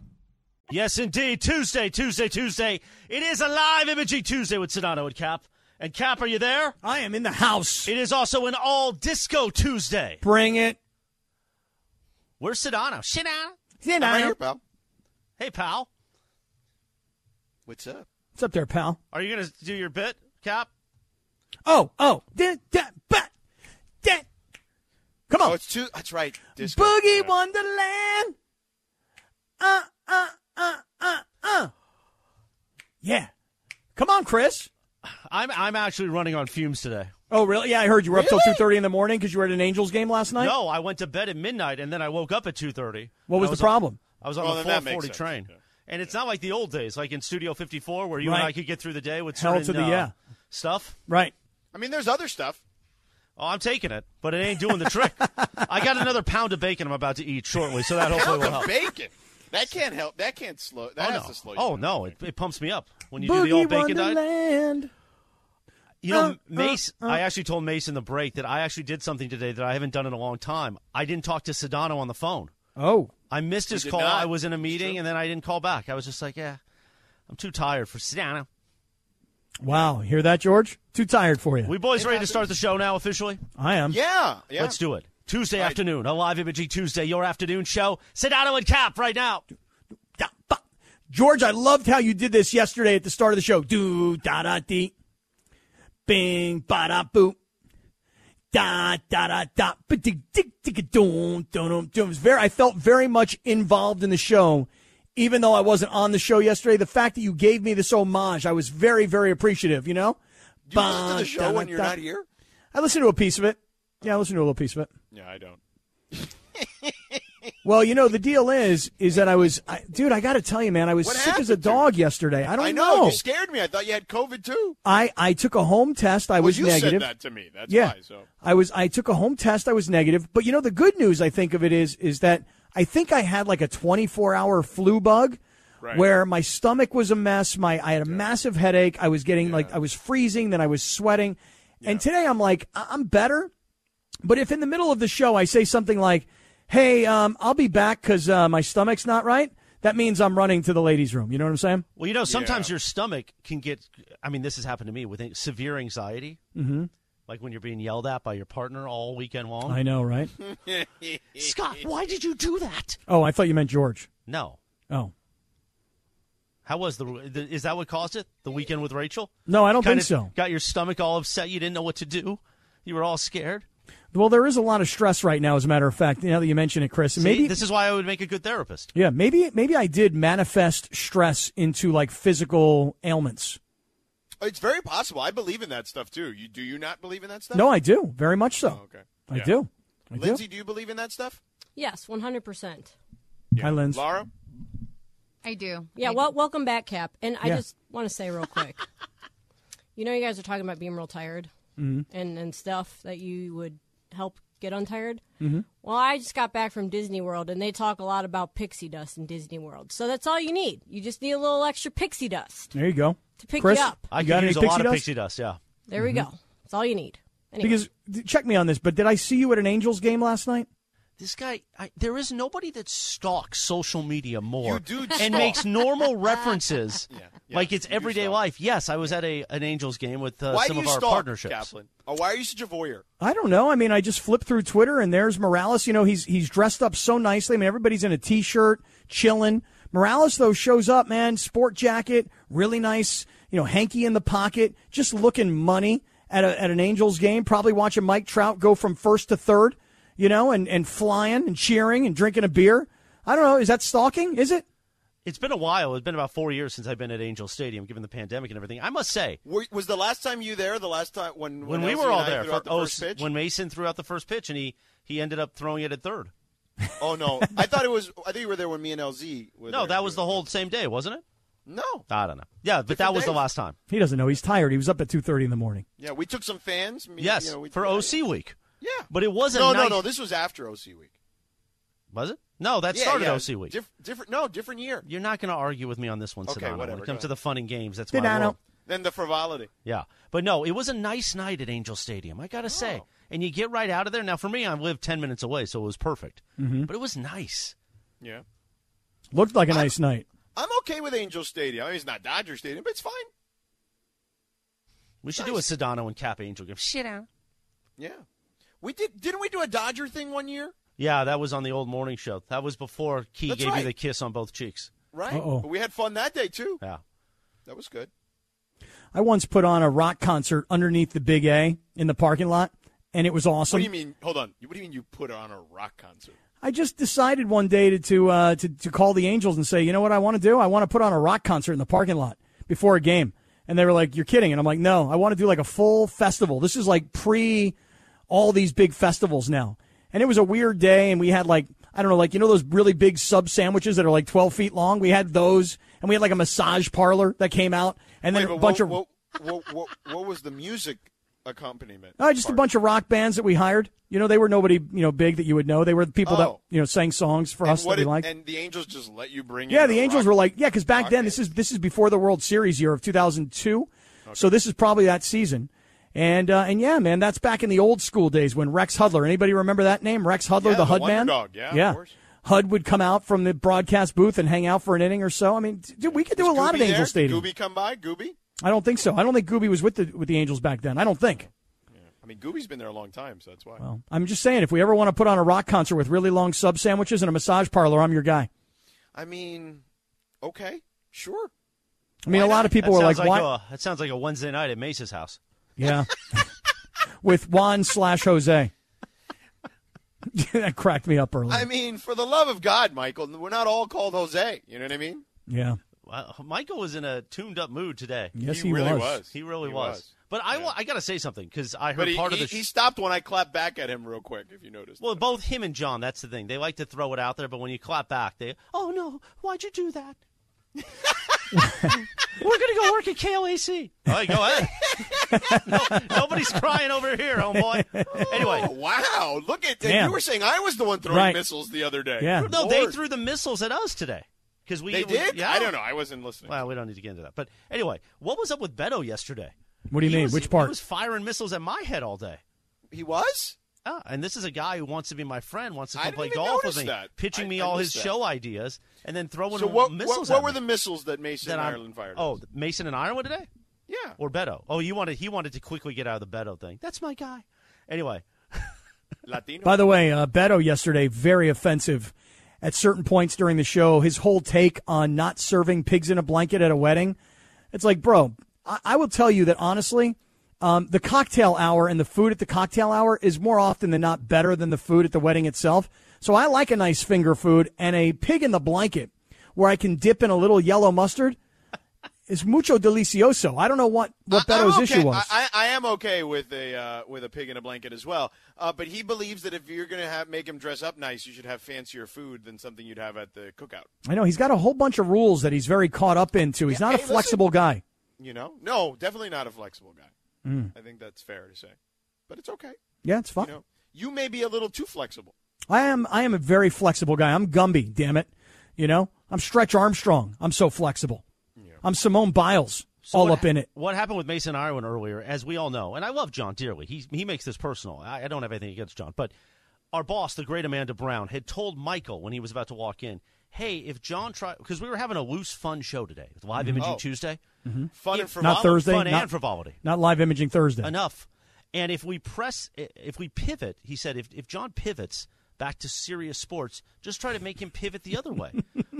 Speaker 6: Yes, indeed. Tuesday, Tuesday, Tuesday. It is a live imaging Tuesday with Sonato and Cap. And Cap, are you there?
Speaker 4: I am in the house.
Speaker 6: It is also an all disco Tuesday.
Speaker 4: Bring it.
Speaker 6: Where's Sedano? Sedano.
Speaker 3: I'm
Speaker 4: Sit
Speaker 3: right
Speaker 4: down.
Speaker 3: here, pal.
Speaker 6: Hey, pal.
Speaker 3: What's up?
Speaker 4: What's up there, pal?
Speaker 6: Are you going to do your bit, Cap?
Speaker 4: Oh, oh, da, da, ba, da. come
Speaker 3: Oh,
Speaker 4: on,
Speaker 3: it's two. That's right. Disco.
Speaker 4: Boogie Wonderland. Uh, uh, uh, uh, uh. Yeah, come on, Chris.
Speaker 6: I'm I'm actually running on fumes today.
Speaker 4: Oh, really? Yeah, I heard you were up till two thirty in the morning because you were at an Angels game last night.
Speaker 6: No, I went to bed at midnight and then I woke up at 2:30.
Speaker 4: What was,
Speaker 6: I
Speaker 4: the problem?
Speaker 6: On, I was on
Speaker 3: Well,
Speaker 6: the
Speaker 3: then that makes
Speaker 6: 440
Speaker 3: sense.
Speaker 6: train. And it's not like the old days, like in Studio 54, where you and
Speaker 4: Right.
Speaker 6: I could get through the day with
Speaker 4: Hell to
Speaker 6: certain,
Speaker 4: the
Speaker 6: uh,
Speaker 4: yeah.
Speaker 6: stuff.
Speaker 4: Right.
Speaker 3: I mean, there's other stuff.
Speaker 6: Oh, I'm taking it, but it ain't doing the trick. I got another pound of bacon I'm about to eat shortly, so that
Speaker 3: Pound
Speaker 6: hopefully will
Speaker 3: of
Speaker 6: help.
Speaker 3: bacon. That can't help. That can't slow. That
Speaker 6: Oh
Speaker 3: has
Speaker 6: no!
Speaker 3: to slow you.
Speaker 6: Oh no! It, it pumps me up when you do the
Speaker 4: Boogie
Speaker 6: old bacon diet.
Speaker 4: Wonderland.
Speaker 6: You know,
Speaker 4: Uh,
Speaker 6: Mace. I actually told Mace in the break that I actually did something today that I haven't done in a long time. I didn't talk to Sedano on the phone.
Speaker 4: Oh,
Speaker 6: I missed his
Speaker 3: did
Speaker 6: call.
Speaker 3: not.
Speaker 6: I was in a meeting, and then I didn't call back. I was just like, yeah, I'm too tired for Sedano.
Speaker 4: wow! Hear that, George? Too tired for you.
Speaker 6: We boys ready to start the show now officially?
Speaker 4: I am.
Speaker 3: Yeah. Yeah.
Speaker 6: Let's do it. Tuesday afternoon, a live imaging Tuesday, your afternoon show. Sedano and Cap right now.
Speaker 4: Da, ba. George, I loved how you did this yesterday at the start of the show. Do da da dee, bing ba da boo, da da da da, ba dig dig dig doom doom doom. It was Very, I felt very much involved in the show, even though I wasn't on the show yesterday. The fact that you gave me this homage, I was very, very appreciative. You know,
Speaker 3: Do you listen to the show when you're not here?
Speaker 4: I listened to a piece of it. Yeah, I listened to a little piece of it.
Speaker 3: Yeah, I don't.
Speaker 4: Well, you know the deal is, is that I was, I, dude. I got to tell you, man, I was
Speaker 3: What
Speaker 4: sick as a
Speaker 3: happened to
Speaker 4: dog yesterday. I don't
Speaker 3: I know.
Speaker 4: know.
Speaker 3: You scared me. I thought you had COVID too.
Speaker 4: I, I took a home test. I
Speaker 3: Well,
Speaker 4: was
Speaker 3: you said
Speaker 4: negative.
Speaker 3: that to me. That's
Speaker 4: yeah,
Speaker 3: why. So
Speaker 4: I was. I took a home test. I was negative. But you know, the good news I think of it is, is that I think I had like a 24 hour flu bug,
Speaker 3: Right.
Speaker 4: where my stomach was a mess. My I had a massive headache. I was getting like I was freezing. Then I was sweating. And today I'm like I- I'm better. But if in the middle of the show I say something like, "Hey, um, I'll be back because uh, my stomach's not right," that means I'm running to the ladies' room. You know what I'm saying?
Speaker 6: Well, you know, sometimes your stomach can get. I mean, this has happened to me with severe anxiety. Mm-hmm. Like when you're being yelled at by your partner all weekend long.
Speaker 4: I know, right?
Speaker 6: Scott, why did you do that?
Speaker 4: oh, I thought you meant George.
Speaker 6: No.
Speaker 4: Oh.
Speaker 6: How was the, the? Is that what caused it? The weekend with Rachel?
Speaker 4: No, I don't
Speaker 6: Kinda
Speaker 4: think so.
Speaker 6: Got your stomach all upset. You didn't know what to do. You were all scared.
Speaker 4: Well, there is a lot of stress right now, as a matter of fact. Now that you mention it, Chris,
Speaker 6: See,
Speaker 4: maybe
Speaker 6: this is why I would make a good therapist.
Speaker 4: yeah, maybe maybe I did manifest stress into like physical ailments.
Speaker 3: it's very possible. I believe in that stuff too. You do you not believe in that stuff?
Speaker 4: No, I do very much so.
Speaker 6: Oh,
Speaker 3: okay.
Speaker 4: I do. I
Speaker 3: Lindsay, do you believe in that stuff?
Speaker 7: Yes, 100%.
Speaker 4: do. Hi, Linz.
Speaker 3: Laura.
Speaker 8: I do.
Speaker 7: Yeah, well, welcome back, Cap. And I
Speaker 4: Yeah.
Speaker 7: just want to say real quick you know, you guys are talking about being real tired
Speaker 4: Mm-hmm.
Speaker 7: and, and stuff that you would help get untired. Mm-hmm. Well, I just got back from Disney World, and they talk a lot about pixie dust in Disney World. So that's all you need. You just need a little extra pixie dust
Speaker 4: There you go.
Speaker 7: to pick
Speaker 4: Chris,
Speaker 7: you up.
Speaker 6: I
Speaker 4: You
Speaker 6: could
Speaker 4: got any
Speaker 6: use a
Speaker 4: pixie
Speaker 6: lot of
Speaker 4: dust?
Speaker 6: pixie dust. Yeah.
Speaker 7: There we go. That's all you need. Anyway.
Speaker 4: Mm-hmm. Because d- check me on this, but did I see you at an Angels game last night?
Speaker 6: This guy, I, there is nobody that stalks social media more
Speaker 3: You do stalk.
Speaker 6: and makes normal references
Speaker 3: yeah,
Speaker 6: like it's
Speaker 3: you do
Speaker 6: everyday
Speaker 3: stalk.
Speaker 6: life. Yes, I was at a an Angels game with uh,
Speaker 3: why
Speaker 6: some
Speaker 3: do you
Speaker 6: of our
Speaker 3: stalk
Speaker 6: partnerships.
Speaker 3: Kaplan? Oh, why are you such a voyeur?
Speaker 4: I don't know. I mean, I just flipped through Twitter, and there's Morales. You know, he's he's dressed up so nicely. I mean, everybody's in a t-shirt, chilling. Morales though shows up, man, sport jacket, really nice. You know, hanky in the pocket, just looking money at a, at an Angels game. Probably watching Mike Trout go from first to third. You know, and and flying and cheering and drinking a beer. I don't know. Is that stalking? Is it?
Speaker 6: It's been a while. It's been about four years since I've been at Angel Stadium, given the pandemic and everything. I must say,
Speaker 3: Were, was the last time you there? The last time when when,
Speaker 6: when, we
Speaker 3: LZ
Speaker 6: were
Speaker 3: and
Speaker 6: all
Speaker 3: I
Speaker 6: there
Speaker 3: threw
Speaker 6: for
Speaker 3: out the
Speaker 6: oh,
Speaker 3: first pitch?
Speaker 6: when Mason threw out the first pitch and he he ended up throwing it at third.
Speaker 3: Oh no, I thought it was. I think you were there when me and LZ. Were
Speaker 6: No,
Speaker 3: there.
Speaker 6: that was the whole same day, wasn't it?
Speaker 3: No.
Speaker 6: I don't know. Yeah, but that
Speaker 3: Different
Speaker 6: was the
Speaker 3: days.
Speaker 6: last time.
Speaker 4: He doesn't know. He's tired. He was up at two thirty in the morning.
Speaker 3: Yeah, we took some fans. me-
Speaker 6: Yes,
Speaker 3: you know, we-
Speaker 6: for OC week.
Speaker 3: Yeah.
Speaker 6: But it wasn't.
Speaker 3: No, no,
Speaker 6: nice-
Speaker 3: no. This was after OC week.
Speaker 6: was it. No, that
Speaker 3: Yeah,
Speaker 6: started
Speaker 3: yeah.
Speaker 6: OC week.
Speaker 3: Diff- different. No, different year.
Speaker 6: You're not going to argue with me on this one,
Speaker 3: Okay,
Speaker 6: Sedano.
Speaker 3: whatever,
Speaker 6: when
Speaker 3: go
Speaker 6: it comes to
Speaker 3: ahead.
Speaker 6: the fun and games, that's my
Speaker 4: Sedano.
Speaker 6: world.
Speaker 3: Then the frivolity.
Speaker 6: Yeah, but no, it was a nice night at Angel Stadium. I gotta say, and you get right out of there. Now, for me, I live ten minutes away, so it was perfect. But it was nice.
Speaker 3: Yeah.
Speaker 4: Looked like a nice night.
Speaker 3: I'm okay with Angel Stadium. I mean, it's not Dodger Stadium, but it's fine.
Speaker 6: We should do a Sedano and Cap Angel game. Shit out.
Speaker 3: Yeah. We did. Didn't we do a Dodger thing one year?
Speaker 6: Yeah, that was on the old morning show. That was before Key
Speaker 3: That's
Speaker 6: gave
Speaker 3: right.
Speaker 6: you the kiss on both cheeks.
Speaker 3: Right.
Speaker 4: Uh-oh.
Speaker 3: But we had fun that day too.
Speaker 6: Yeah.
Speaker 3: That was good.
Speaker 4: I once put on a rock concert underneath the Big A in the parking lot, and it was awesome.
Speaker 3: What do you mean? Hold on. What do you mean you put on a rock concert?
Speaker 4: I just decided one day to to, uh, to to call the Angels and say, you know what I want to do? I want to put on a rock concert in the parking lot before a game. And they were like, "You're kidding!" And I'm like, "No, I want to do like a full festival. This is like pre all these big festivals now." And it was a weird day, and we had like I don't know, like you know those really big sub sandwiches that are like 12 feet long. We had those, and we had like a massage parlor that came out, and then
Speaker 3: Wait,
Speaker 4: a
Speaker 3: but
Speaker 4: bunch
Speaker 3: what,
Speaker 4: of
Speaker 3: what, what, what, what was the music accompaniment?
Speaker 4: Uh, just a bunch of rock bands that we hired. You know, they were nobody you know big that you would know. They were the people that
Speaker 3: Oh.
Speaker 4: you know sang songs for
Speaker 3: and
Speaker 4: us
Speaker 3: what
Speaker 4: that we
Speaker 3: did-
Speaker 4: liked.
Speaker 3: And the Angels just let you bring.
Speaker 4: yeah,
Speaker 3: in
Speaker 4: the
Speaker 3: a
Speaker 4: Angels
Speaker 3: rock-
Speaker 4: were like, yeah, because back
Speaker 3: rock
Speaker 4: then this
Speaker 3: band.
Speaker 4: is this is before the World Series year of 2002, so this is probably that season. And uh, and yeah, man, that's back in the old school days when Rex Hudler. Anybody remember that name, Rex Hudler,
Speaker 3: Yeah, the
Speaker 4: HUD man?
Speaker 3: Wonderdog. Yeah, of course.
Speaker 4: HUD would come out from the broadcast booth and hang out for an inning or so. I mean, dude, we could do
Speaker 3: Was
Speaker 4: a lot
Speaker 3: Gooby
Speaker 4: at Angel
Speaker 3: there?
Speaker 4: Stadium.
Speaker 3: Gooby come by. Gooby.
Speaker 4: I don't think so. I don't think Gooby was with the with the Angels back then. I don't think.
Speaker 3: I mean, Gooby's been there a long time, so that's why.
Speaker 4: Well, I'm just saying, if we ever want to put on a rock concert with really long sub sandwiches and a massage parlor, I'm your guy.
Speaker 3: I mean, okay, sure.
Speaker 4: I mean, a lot of people
Speaker 6: that
Speaker 4: were like,
Speaker 6: sounds
Speaker 4: "Why?"
Speaker 6: a, that sounds like a Wednesday night at Mace's house.
Speaker 4: yeah, with Juan slash Jose. that cracked me up earlier.
Speaker 3: I mean, for the love of God, Michael, we're not all called Jose. You know what I mean?
Speaker 4: yeah,
Speaker 6: Wow, Michael was in a tuned up mood today.
Speaker 4: yes, he,
Speaker 3: he, really was.
Speaker 6: He really was. But I, wa- I gotta say something because I heard
Speaker 3: But he,
Speaker 6: part
Speaker 3: he-
Speaker 6: of the. sh-
Speaker 3: he stopped when I clapped back at him real quick. If you noticed.
Speaker 6: well, both him and John. That's the thing. They like to throw it out there, but when you clap back, they. Oh no! Why'd you do that? We're gonna go work at KLAC. All right, go ahead. no, nobody's crying over here, homeboy. Anyway,
Speaker 3: Oh, wow! Look at
Speaker 4: Damn.
Speaker 3: you were saying I was the one throwing
Speaker 4: Right.
Speaker 3: missiles the other day.
Speaker 4: Yeah.
Speaker 3: Good
Speaker 6: no, they
Speaker 3: Lord.
Speaker 6: threw the missiles at us today because we
Speaker 3: They
Speaker 6: we-
Speaker 3: did.
Speaker 6: yeah.
Speaker 3: I don't know. I wasn't listening.
Speaker 6: Well, we don't need to get into that. But anyway, what was up with Beto yesterday?
Speaker 4: What do you
Speaker 6: He
Speaker 4: mean?
Speaker 6: was-
Speaker 4: Which part?
Speaker 6: He was firing missiles at my head all day.
Speaker 3: he was.
Speaker 6: Ah, and this is a guy who wants to be my friend, wants to
Speaker 3: I
Speaker 6: come
Speaker 3: didn't
Speaker 6: play
Speaker 3: even
Speaker 6: golf with
Speaker 3: notice
Speaker 6: me,
Speaker 3: that.
Speaker 6: pitching
Speaker 3: I-
Speaker 6: me
Speaker 3: I
Speaker 6: all his
Speaker 3: missed that.
Speaker 6: show ideas, and then throwing
Speaker 3: So what?
Speaker 6: missiles
Speaker 3: What, what
Speaker 6: at
Speaker 3: were
Speaker 6: me
Speaker 3: the missiles that Mason
Speaker 6: that
Speaker 3: and
Speaker 6: I'm-
Speaker 3: Ireland fired?
Speaker 6: Oh,
Speaker 3: at us?
Speaker 6: Mason and Ireland today,
Speaker 3: yeah.
Speaker 6: or Beto? Oh, you wanted he wanted to quickly get out of the Beto thing. That's my guy. Anyway,
Speaker 3: Latino.
Speaker 4: By the way, uh, Beto yesterday very offensive at certain points during the show. His whole take on not serving pigs in a blanket at a wedding. It's like, bro, I, I will tell you that honestly, um, the cocktail hour and the food at the cocktail hour is more often than not better than the food at the wedding itself. So I like a nice finger food and a pig in the blanket where I can dip in a little yellow mustard is mucho delicioso. I don't know what, what
Speaker 3: I- I'm
Speaker 4: Beto's
Speaker 3: okay.
Speaker 4: issue was.
Speaker 3: I, I, I am okay with a uh, with a pig in a blanket as well. Uh, but he believes that if you're going to have make him dress up nice, you should have fancier food than something you'd have at the cookout.
Speaker 4: I know he's got a whole bunch of rules that he's very caught up into. He's
Speaker 3: Yeah,
Speaker 4: not
Speaker 3: hey,
Speaker 4: a
Speaker 3: listen.
Speaker 4: flexible guy.
Speaker 3: You know? No, definitely not a flexible guy. I think that's fair to say. But it's okay.
Speaker 4: Mm. Yeah, it's fine.
Speaker 3: You know, you may be a little too flexible.
Speaker 4: I am I am a very flexible guy. I'm Gumby, damn it. You know? I'm Stretch Armstrong. I'm so flexible. I'm Simone Biles
Speaker 6: So
Speaker 4: all
Speaker 6: what
Speaker 4: up in
Speaker 6: ha-
Speaker 4: it.
Speaker 6: What happened with Mason Ireland earlier, as we all know, and I love John dearly. He he makes this personal. I, I don't have anything against John, but our boss, the great Amanda Brown, had told Michael when he was about to walk in, "Hey, if John try, because we were having a loose, fun show today, with live imaging
Speaker 3: Oh.
Speaker 6: Tuesday,
Speaker 3: Fun and frivolity.
Speaker 4: Not Thursday.
Speaker 6: fun
Speaker 4: not,
Speaker 6: and frivolity,
Speaker 4: not live imaging Thursday.
Speaker 6: enough." And if we press, if we pivot, he said, if if John pivots back to serious sports, just try to make him pivot the other way.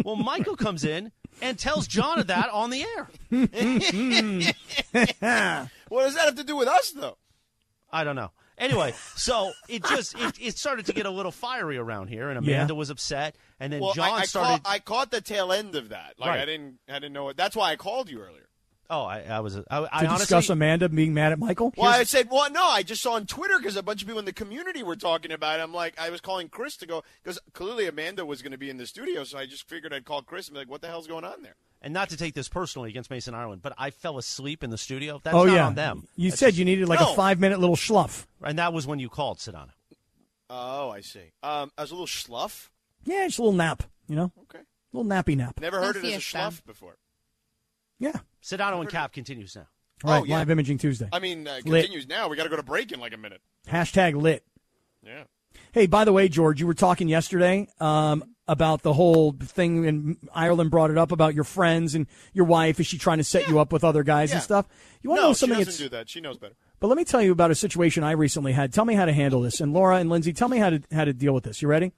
Speaker 6: well, Michael comes in and tells John of that on the air.
Speaker 3: What does that have to do with us, though?
Speaker 6: Mm-hmm. I don't know. Anyway, so it just it, it started to get a little fiery around here, and
Speaker 4: Yeah.
Speaker 6: Amanda was upset, and then
Speaker 3: Well,
Speaker 6: John
Speaker 3: I, I,
Speaker 6: started.
Speaker 3: caught, I caught the tail end of that. Like I
Speaker 6: Right.
Speaker 3: didn't, I didn't know it. That's why I called you earlier.
Speaker 6: oh, I, I was. I, I
Speaker 4: to
Speaker 6: honestly,
Speaker 4: discuss Amanda being mad at Michael.
Speaker 3: Well, I said, well, no, I just saw on Twitter because a bunch of people in the community were talking about it. I'm like, I was calling Chris to go because clearly Amanda was going to be in the studio, so I just figured I'd call Chris and be like, what the hell's going on there?
Speaker 6: and not to take this personally against Mason Ireland, but I fell asleep in the studio. That's
Speaker 4: oh
Speaker 6: not
Speaker 4: yeah,
Speaker 6: on them.
Speaker 4: You
Speaker 6: That's
Speaker 4: said
Speaker 6: just-
Speaker 4: you needed like
Speaker 6: No.
Speaker 4: a five minute little schluff.
Speaker 6: and that was when you called Sedano.
Speaker 3: Oh, I see. Um, I was a little schluff.
Speaker 4: Yeah, just a little nap. You know,
Speaker 3: Okay.
Speaker 4: little nappy nap.
Speaker 3: Never heard it as a
Speaker 8: Fiesta.
Speaker 3: schluff before.
Speaker 4: Yeah.
Speaker 6: Sedano and Cap continues now.
Speaker 4: All right.
Speaker 3: Oh, yeah.
Speaker 4: Live imaging Tuesday.
Speaker 3: I mean, uh,
Speaker 4: Lit.
Speaker 3: continues now. We got to go to break in like a minute.
Speaker 4: Hashtag lit.
Speaker 3: Yeah.
Speaker 4: Hey, by the way, George, you were talking yesterday um, about the whole thing, and Ireland brought it up about your friends and your wife. Is she trying to set you up with other guys and
Speaker 3: Yeah.
Speaker 4: stuff? You want to
Speaker 3: No,
Speaker 4: know
Speaker 3: she
Speaker 4: something?
Speaker 3: doesn't do
Speaker 4: that's-
Speaker 3: that. She knows better.
Speaker 4: But let me tell you about a situation I recently had. Tell me how to handle this. And Laura and Lindsay, tell me how to how to deal with this. You ready?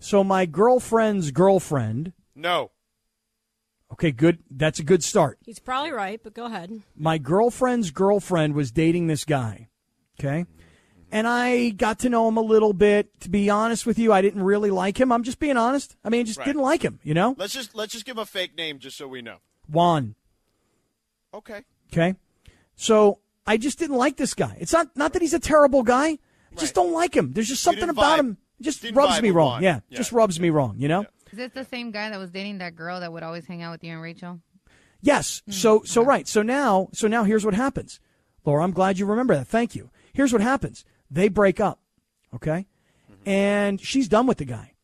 Speaker 4: So my girlfriend's girlfriend.
Speaker 3: No.
Speaker 4: Okay, good. That's a good start.
Speaker 7: He's probably right, but go ahead.
Speaker 4: My girlfriend's girlfriend was dating this guy. Okay. And I got to know him a little bit. To be honest with you, I didn't really like him. I'm just being honest. I mean, I just
Speaker 3: Right.
Speaker 4: didn't like him, you know?
Speaker 3: Let's just let's just give him a fake name just so we know.
Speaker 4: Juan.
Speaker 3: Okay.
Speaker 4: Okay. So I just didn't like this guy. It's not not that he's a terrible guy. I just
Speaker 3: Right.
Speaker 4: don't like him. There's just something
Speaker 3: didn't
Speaker 4: about
Speaker 3: vibe-
Speaker 4: him. It Just
Speaker 3: didn't
Speaker 4: rubs
Speaker 3: vibe
Speaker 4: me
Speaker 3: with
Speaker 4: wrong.
Speaker 3: Juan.
Speaker 4: Yeah,
Speaker 3: Yeah.
Speaker 4: Just rubs me wrong, you know?
Speaker 8: Is this the same guy that was dating that girl that would always hang out with you and Rachel?
Speaker 4: Yes.
Speaker 3: Hmm.
Speaker 4: So so right. So now so now here's what happens. Laura, I'm glad you remember that. Thank you. Here's what happens. They break up. Okay?
Speaker 3: Mm-hmm.
Speaker 4: And she's done with the guy.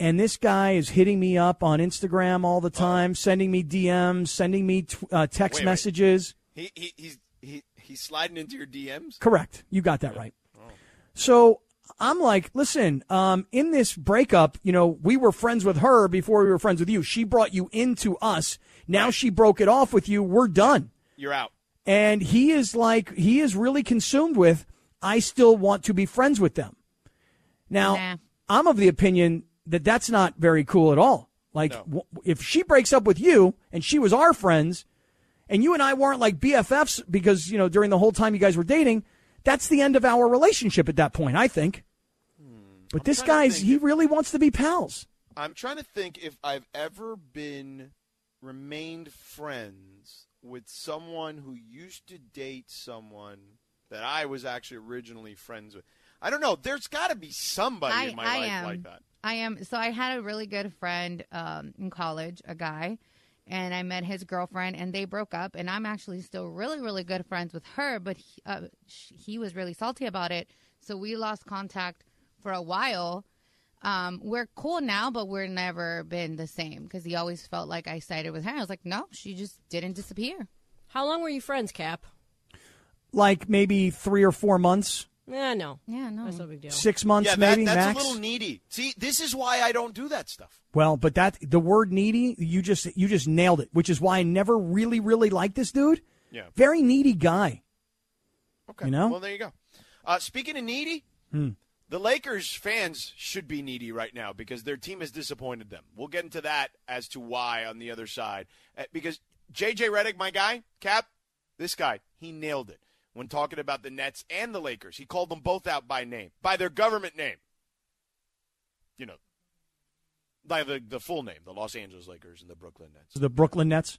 Speaker 4: And this guy is hitting me up on Instagram all the time, sending me DMs, sending me tw- uh,
Speaker 3: Oh. Wait,
Speaker 4: text
Speaker 3: wait.
Speaker 4: messages.
Speaker 3: He he he's he he's sliding into your DMs.
Speaker 4: Correct. You got that right.
Speaker 3: Oh.
Speaker 4: So I'm like, listen, um, in this breakup, you know, we were friends with her before we were friends with you. She brought you into us. Now she broke it off with you. We're done.
Speaker 3: You're out.
Speaker 4: And he is like, he is really consumed with, I still want to be friends with them. Now,
Speaker 8: Nah.
Speaker 4: I'm of the opinion that that's not very cool at all. Like, w- if she breaks up with you and she was our friends, and you and I weren't like BFFs because, you know, during the whole time you guys were dating, that's the end of our relationship at that point, I think. But this
Speaker 3: Hmm. trying to
Speaker 4: guy's,
Speaker 3: think
Speaker 4: he
Speaker 3: if-
Speaker 4: really wants to be pals.
Speaker 3: I'm trying to think if I've ever been remained friends with someone who used to date someone that I was actually originally friends with. I don't know. There's got to be somebody
Speaker 8: I,
Speaker 3: in my
Speaker 8: I
Speaker 3: life
Speaker 8: am.
Speaker 3: like that.
Speaker 8: I am. So I had a really good friend um, in college, a guy, and I met his girlfriend, and they broke up. And I'm actually still really, really good friends with her, but he, uh, sh- he was really salty about it. So we lost contact for a while. Um, we're cool now, but we're never been the same because he always felt like I sided with her. I was like, no, she just didn't disappear.
Speaker 7: How long were you friends, Cap?
Speaker 4: Like maybe three or four months,
Speaker 7: Eh, no.
Speaker 8: Yeah, no.
Speaker 7: That's no big deal.
Speaker 4: six months
Speaker 3: Yeah, that,
Speaker 4: maybe,
Speaker 3: that's
Speaker 4: max.
Speaker 3: a little needy. See, this is why I don't do that stuff.
Speaker 4: Well, but that the word needy, you just you just nailed it, which is why I never really really liked this dude.
Speaker 3: Yeah.
Speaker 4: Very needy guy.
Speaker 3: Okay.
Speaker 4: You know? Hmm.
Speaker 3: Well, there you go. Uh, speaking of needy, the Lakers fans should be needy right now because their team has disappointed them. We'll get into that as to why on the other side. Uh, because JJ Redick, my guy, Cap, this guy, he nailed it when talking about the Nets and the Lakers. He called them both out by name, by their government name. You know, by the, the full name, the Los Angeles Lakers and the Brooklyn Nets.
Speaker 4: The Brooklyn Nets.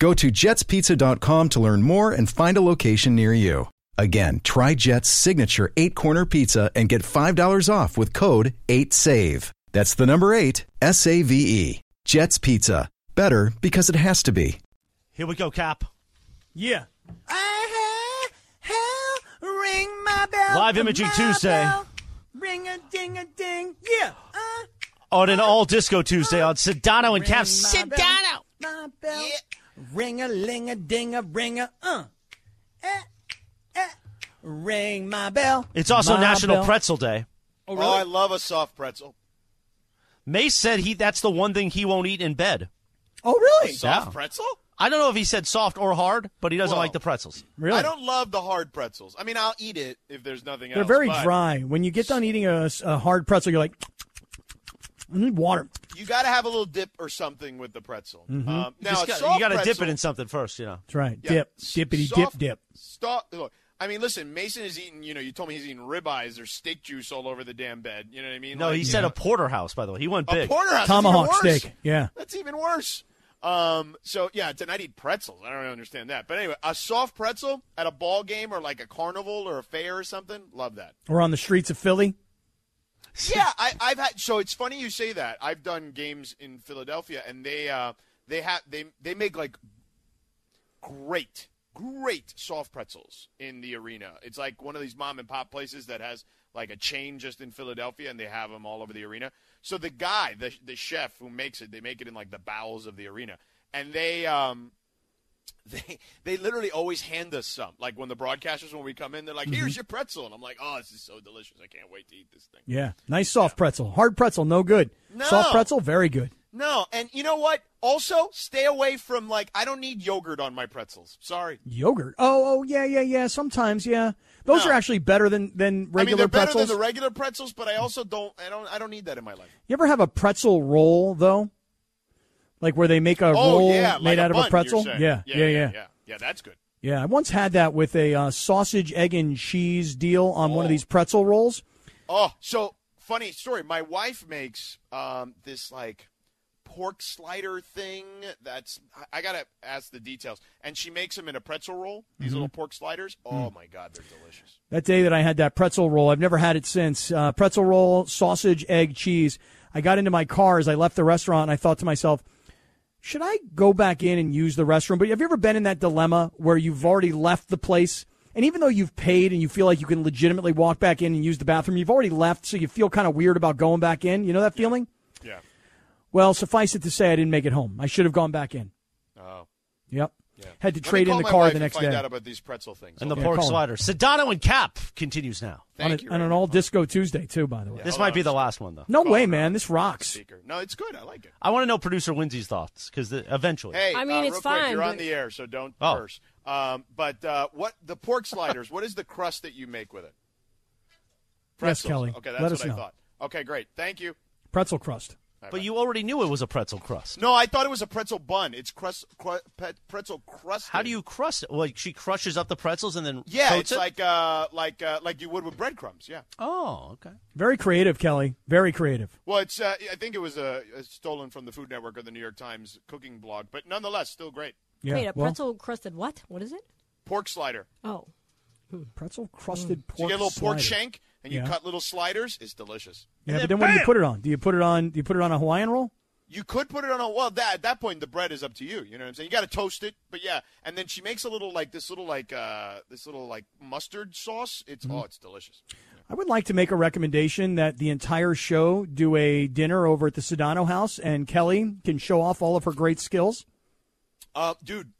Speaker 9: Go to jetspizza.com to learn more and find a location near you. Again, try Jet's signature eight corner pizza and get $5 off with code 8SAVE. That's the number eight, S A V E. Jet's Pizza. Better because it has to be.
Speaker 6: Here we go, Cap.
Speaker 4: Yeah. I hell ring my bell.
Speaker 6: Live imaging
Speaker 4: my
Speaker 6: Tuesday.
Speaker 4: bell. Ring a ding a ding. Yeah. Uh,
Speaker 6: On an all disco Tuesday on Sedano and Cap.
Speaker 4: my bell, My bell. Ring a ling a ding a ring a uh. Ring my bell.
Speaker 6: It's also
Speaker 4: My
Speaker 6: National
Speaker 4: bell.
Speaker 6: Pretzel Day.
Speaker 3: Oh, I love a soft pretzel.
Speaker 6: Mace said he that's the one thing he won't eat in bed.
Speaker 4: Oh, really?
Speaker 3: Soft pretzel?
Speaker 6: I don't know if he said soft or hard, but he doesn't like the pretzels.
Speaker 3: I don't love the hard pretzels. I mean, I'll eat it if there's nothing
Speaker 4: They're
Speaker 3: else.
Speaker 4: very
Speaker 3: but
Speaker 4: dry. When you get done eating a, s- a hard pretzel, you're like, I need water.
Speaker 3: You got to have a little dip or something with the pretzel. Um,
Speaker 4: Mhm.
Speaker 6: Mm-hmm.
Speaker 3: now,
Speaker 6: You just
Speaker 3: a
Speaker 6: gotta-
Speaker 3: soft
Speaker 6: you got to dip
Speaker 3: pretzel-
Speaker 6: it in something first, you know.
Speaker 4: That's right.
Speaker 3: Yeah.
Speaker 4: Dip, dippity,
Speaker 3: Soft-
Speaker 4: dip, dip.
Speaker 3: Stop. Look, I mean, listen, Mason is eating, you know, you told me he's eating ribeyes. There's steak juice all over the damn bed. You know what I mean?
Speaker 6: No,
Speaker 3: Like-
Speaker 6: he said a porterhouse. By the way, he went
Speaker 3: A
Speaker 6: big.
Speaker 3: porterhouse, that's even
Speaker 4: Tomahawk
Speaker 3: worse.
Speaker 4: steak. Yeah.
Speaker 3: That's even worse. Um, so yeah, tonight eat pretzels. I don't really understand that. But anyway, a soft pretzel at a ball game or like a carnival or a fair or something. Love that.
Speaker 4: Or on the streets of Philly.
Speaker 3: yeah, I, I've had. So it's funny you say that. I've done games in Philadelphia, and they uh, they have they they make like great great soft pretzels in the arena. It's like one of these mom and pop places that has like a chain just in Philadelphia, and they have them all over the arena. So the guy, the the chef who makes it, they make it in like the bowels of the arena, and they um they they literally always hand us some. Like when the broadcasters when we come in, they're like, "Here's your pretzel," and I'm like, "Oh, this is so delicious! I can't wait to eat this thing."
Speaker 4: Yeah. Nice soft pretzel. Hard pretzel, no good.
Speaker 3: No.
Speaker 4: Soft pretzel, very good.
Speaker 3: No, and you know what? Also, stay away from like I don't need yogurt on my pretzels. Sorry.
Speaker 4: Yogurt. Oh, oh, yeah, yeah, yeah. Sometimes, yeah. Those are actually better than, than
Speaker 3: I mean,
Speaker 4: regular
Speaker 3: they're better
Speaker 4: pretzels.
Speaker 3: than the regular pretzels, but I also don't I don't I don't need that in my life.
Speaker 4: you ever have a pretzel roll, though? Like where they make a
Speaker 3: oh
Speaker 4: roll
Speaker 3: yeah, like
Speaker 4: made out
Speaker 3: bun,
Speaker 4: of a
Speaker 3: you're
Speaker 4: pretzel?
Speaker 3: saying.
Speaker 4: Yeah, yeah, yeah.
Speaker 3: yeah, yeah. Yeah, that's good.
Speaker 4: Yeah, I once had that with a uh, sausage, egg, and cheese deal on one of these pretzel rolls.
Speaker 3: Oh, so funny story. My wife makes um, this like pork slider thing. That's I, I gotta ask the details. And she makes them in a pretzel roll. These
Speaker 4: Mhm.
Speaker 3: little pork sliders. Oh my god, they're delicious.
Speaker 4: That day that I had that pretzel roll, I've never had it since. Uh, pretzel roll, sausage, egg, cheese. I got into my car as I left the restaurant and I thought to myself, should I go back in and use the restroom? But have you ever been in that dilemma where you've already left the place? And even though you've paid and you feel like you can legitimately walk back in and use the bathroom, you've already left, so you feel kind of weird about going back in. You know that feeling?
Speaker 3: Yeah.
Speaker 4: Well, suffice it to say, I didn't make it home. I should have gone back in.
Speaker 3: Oh.
Speaker 4: Yep.
Speaker 3: Yeah.
Speaker 4: Had to
Speaker 3: Let me
Speaker 4: trade in
Speaker 3: call
Speaker 4: the
Speaker 3: my
Speaker 4: car
Speaker 3: wife
Speaker 4: the
Speaker 3: and
Speaker 4: next
Speaker 3: find
Speaker 4: day.
Speaker 3: out about these pretzel things.
Speaker 6: And the
Speaker 4: Yeah,
Speaker 6: pork
Speaker 4: call
Speaker 6: slider.
Speaker 4: him.
Speaker 6: Sedano and Cap continues now.
Speaker 4: on, a- on an all disco Tuesday too. By the way,
Speaker 6: This might be the last one though.
Speaker 4: no way, man. This rocks.
Speaker 3: No, it's good. I like it.
Speaker 6: I want to know producer Lindsay's thoughts because eventually.
Speaker 3: Hey,
Speaker 7: I mean,
Speaker 3: uh,
Speaker 7: it's
Speaker 3: real Quick,
Speaker 7: fine,
Speaker 3: you're on
Speaker 7: but-
Speaker 3: the air, so don't
Speaker 6: Oh.
Speaker 3: curse. Um, but uh, what the pork sliders? what is the crust that you make with it?
Speaker 4: Yes,
Speaker 3: Pretzels.
Speaker 4: Kelly.
Speaker 3: Okay, that's what
Speaker 4: Let us
Speaker 3: I
Speaker 4: know.
Speaker 3: thought. Okay, great. Thank you.
Speaker 4: Pretzel crust.
Speaker 6: But you already knew it was a pretzel crust.
Speaker 3: No, I thought it was a pretzel bun. It's crust, cru- pe- pretzel crust.
Speaker 6: How do you crust it? Like she crushes up the pretzels and then
Speaker 3: Yeah,
Speaker 6: coats
Speaker 3: it's
Speaker 6: it?
Speaker 3: like uh, like uh, like you would with breadcrumbs. Yeah.
Speaker 6: oh okay.
Speaker 4: Very creative, Kelly. Very creative.
Speaker 3: Well, it's uh, I think it was uh, stolen from the Food Network or the New York Times cooking blog, but nonetheless, still great.
Speaker 4: Yeah.
Speaker 7: Wait, a
Speaker 4: well,
Speaker 7: pretzel crusted what? What is it?
Speaker 3: Pork slider.
Speaker 7: Oh,
Speaker 4: pretzel crusted
Speaker 3: So Hmm.
Speaker 4: pork.
Speaker 3: you get a little pork
Speaker 4: slider.
Speaker 3: shank and you
Speaker 4: Yeah.
Speaker 3: cut little sliders. It's delicious.
Speaker 4: Yeah, but then what do you put it on? Do you put it on? Do you put it on a Hawaiian roll?
Speaker 3: You could put it on a well. That at that point, the bread is up to you. You know what I'm saying? You got to toast it, but yeah. And then she makes a little like this little like uh this little like mustard sauce. It's
Speaker 4: Mm-hmm.
Speaker 3: oh, it's delicious.
Speaker 4: I would like to make a recommendation that the entire show do a dinner over at the Sedano house, and Kelly can show off all of her great skills.
Speaker 3: Uh, dude,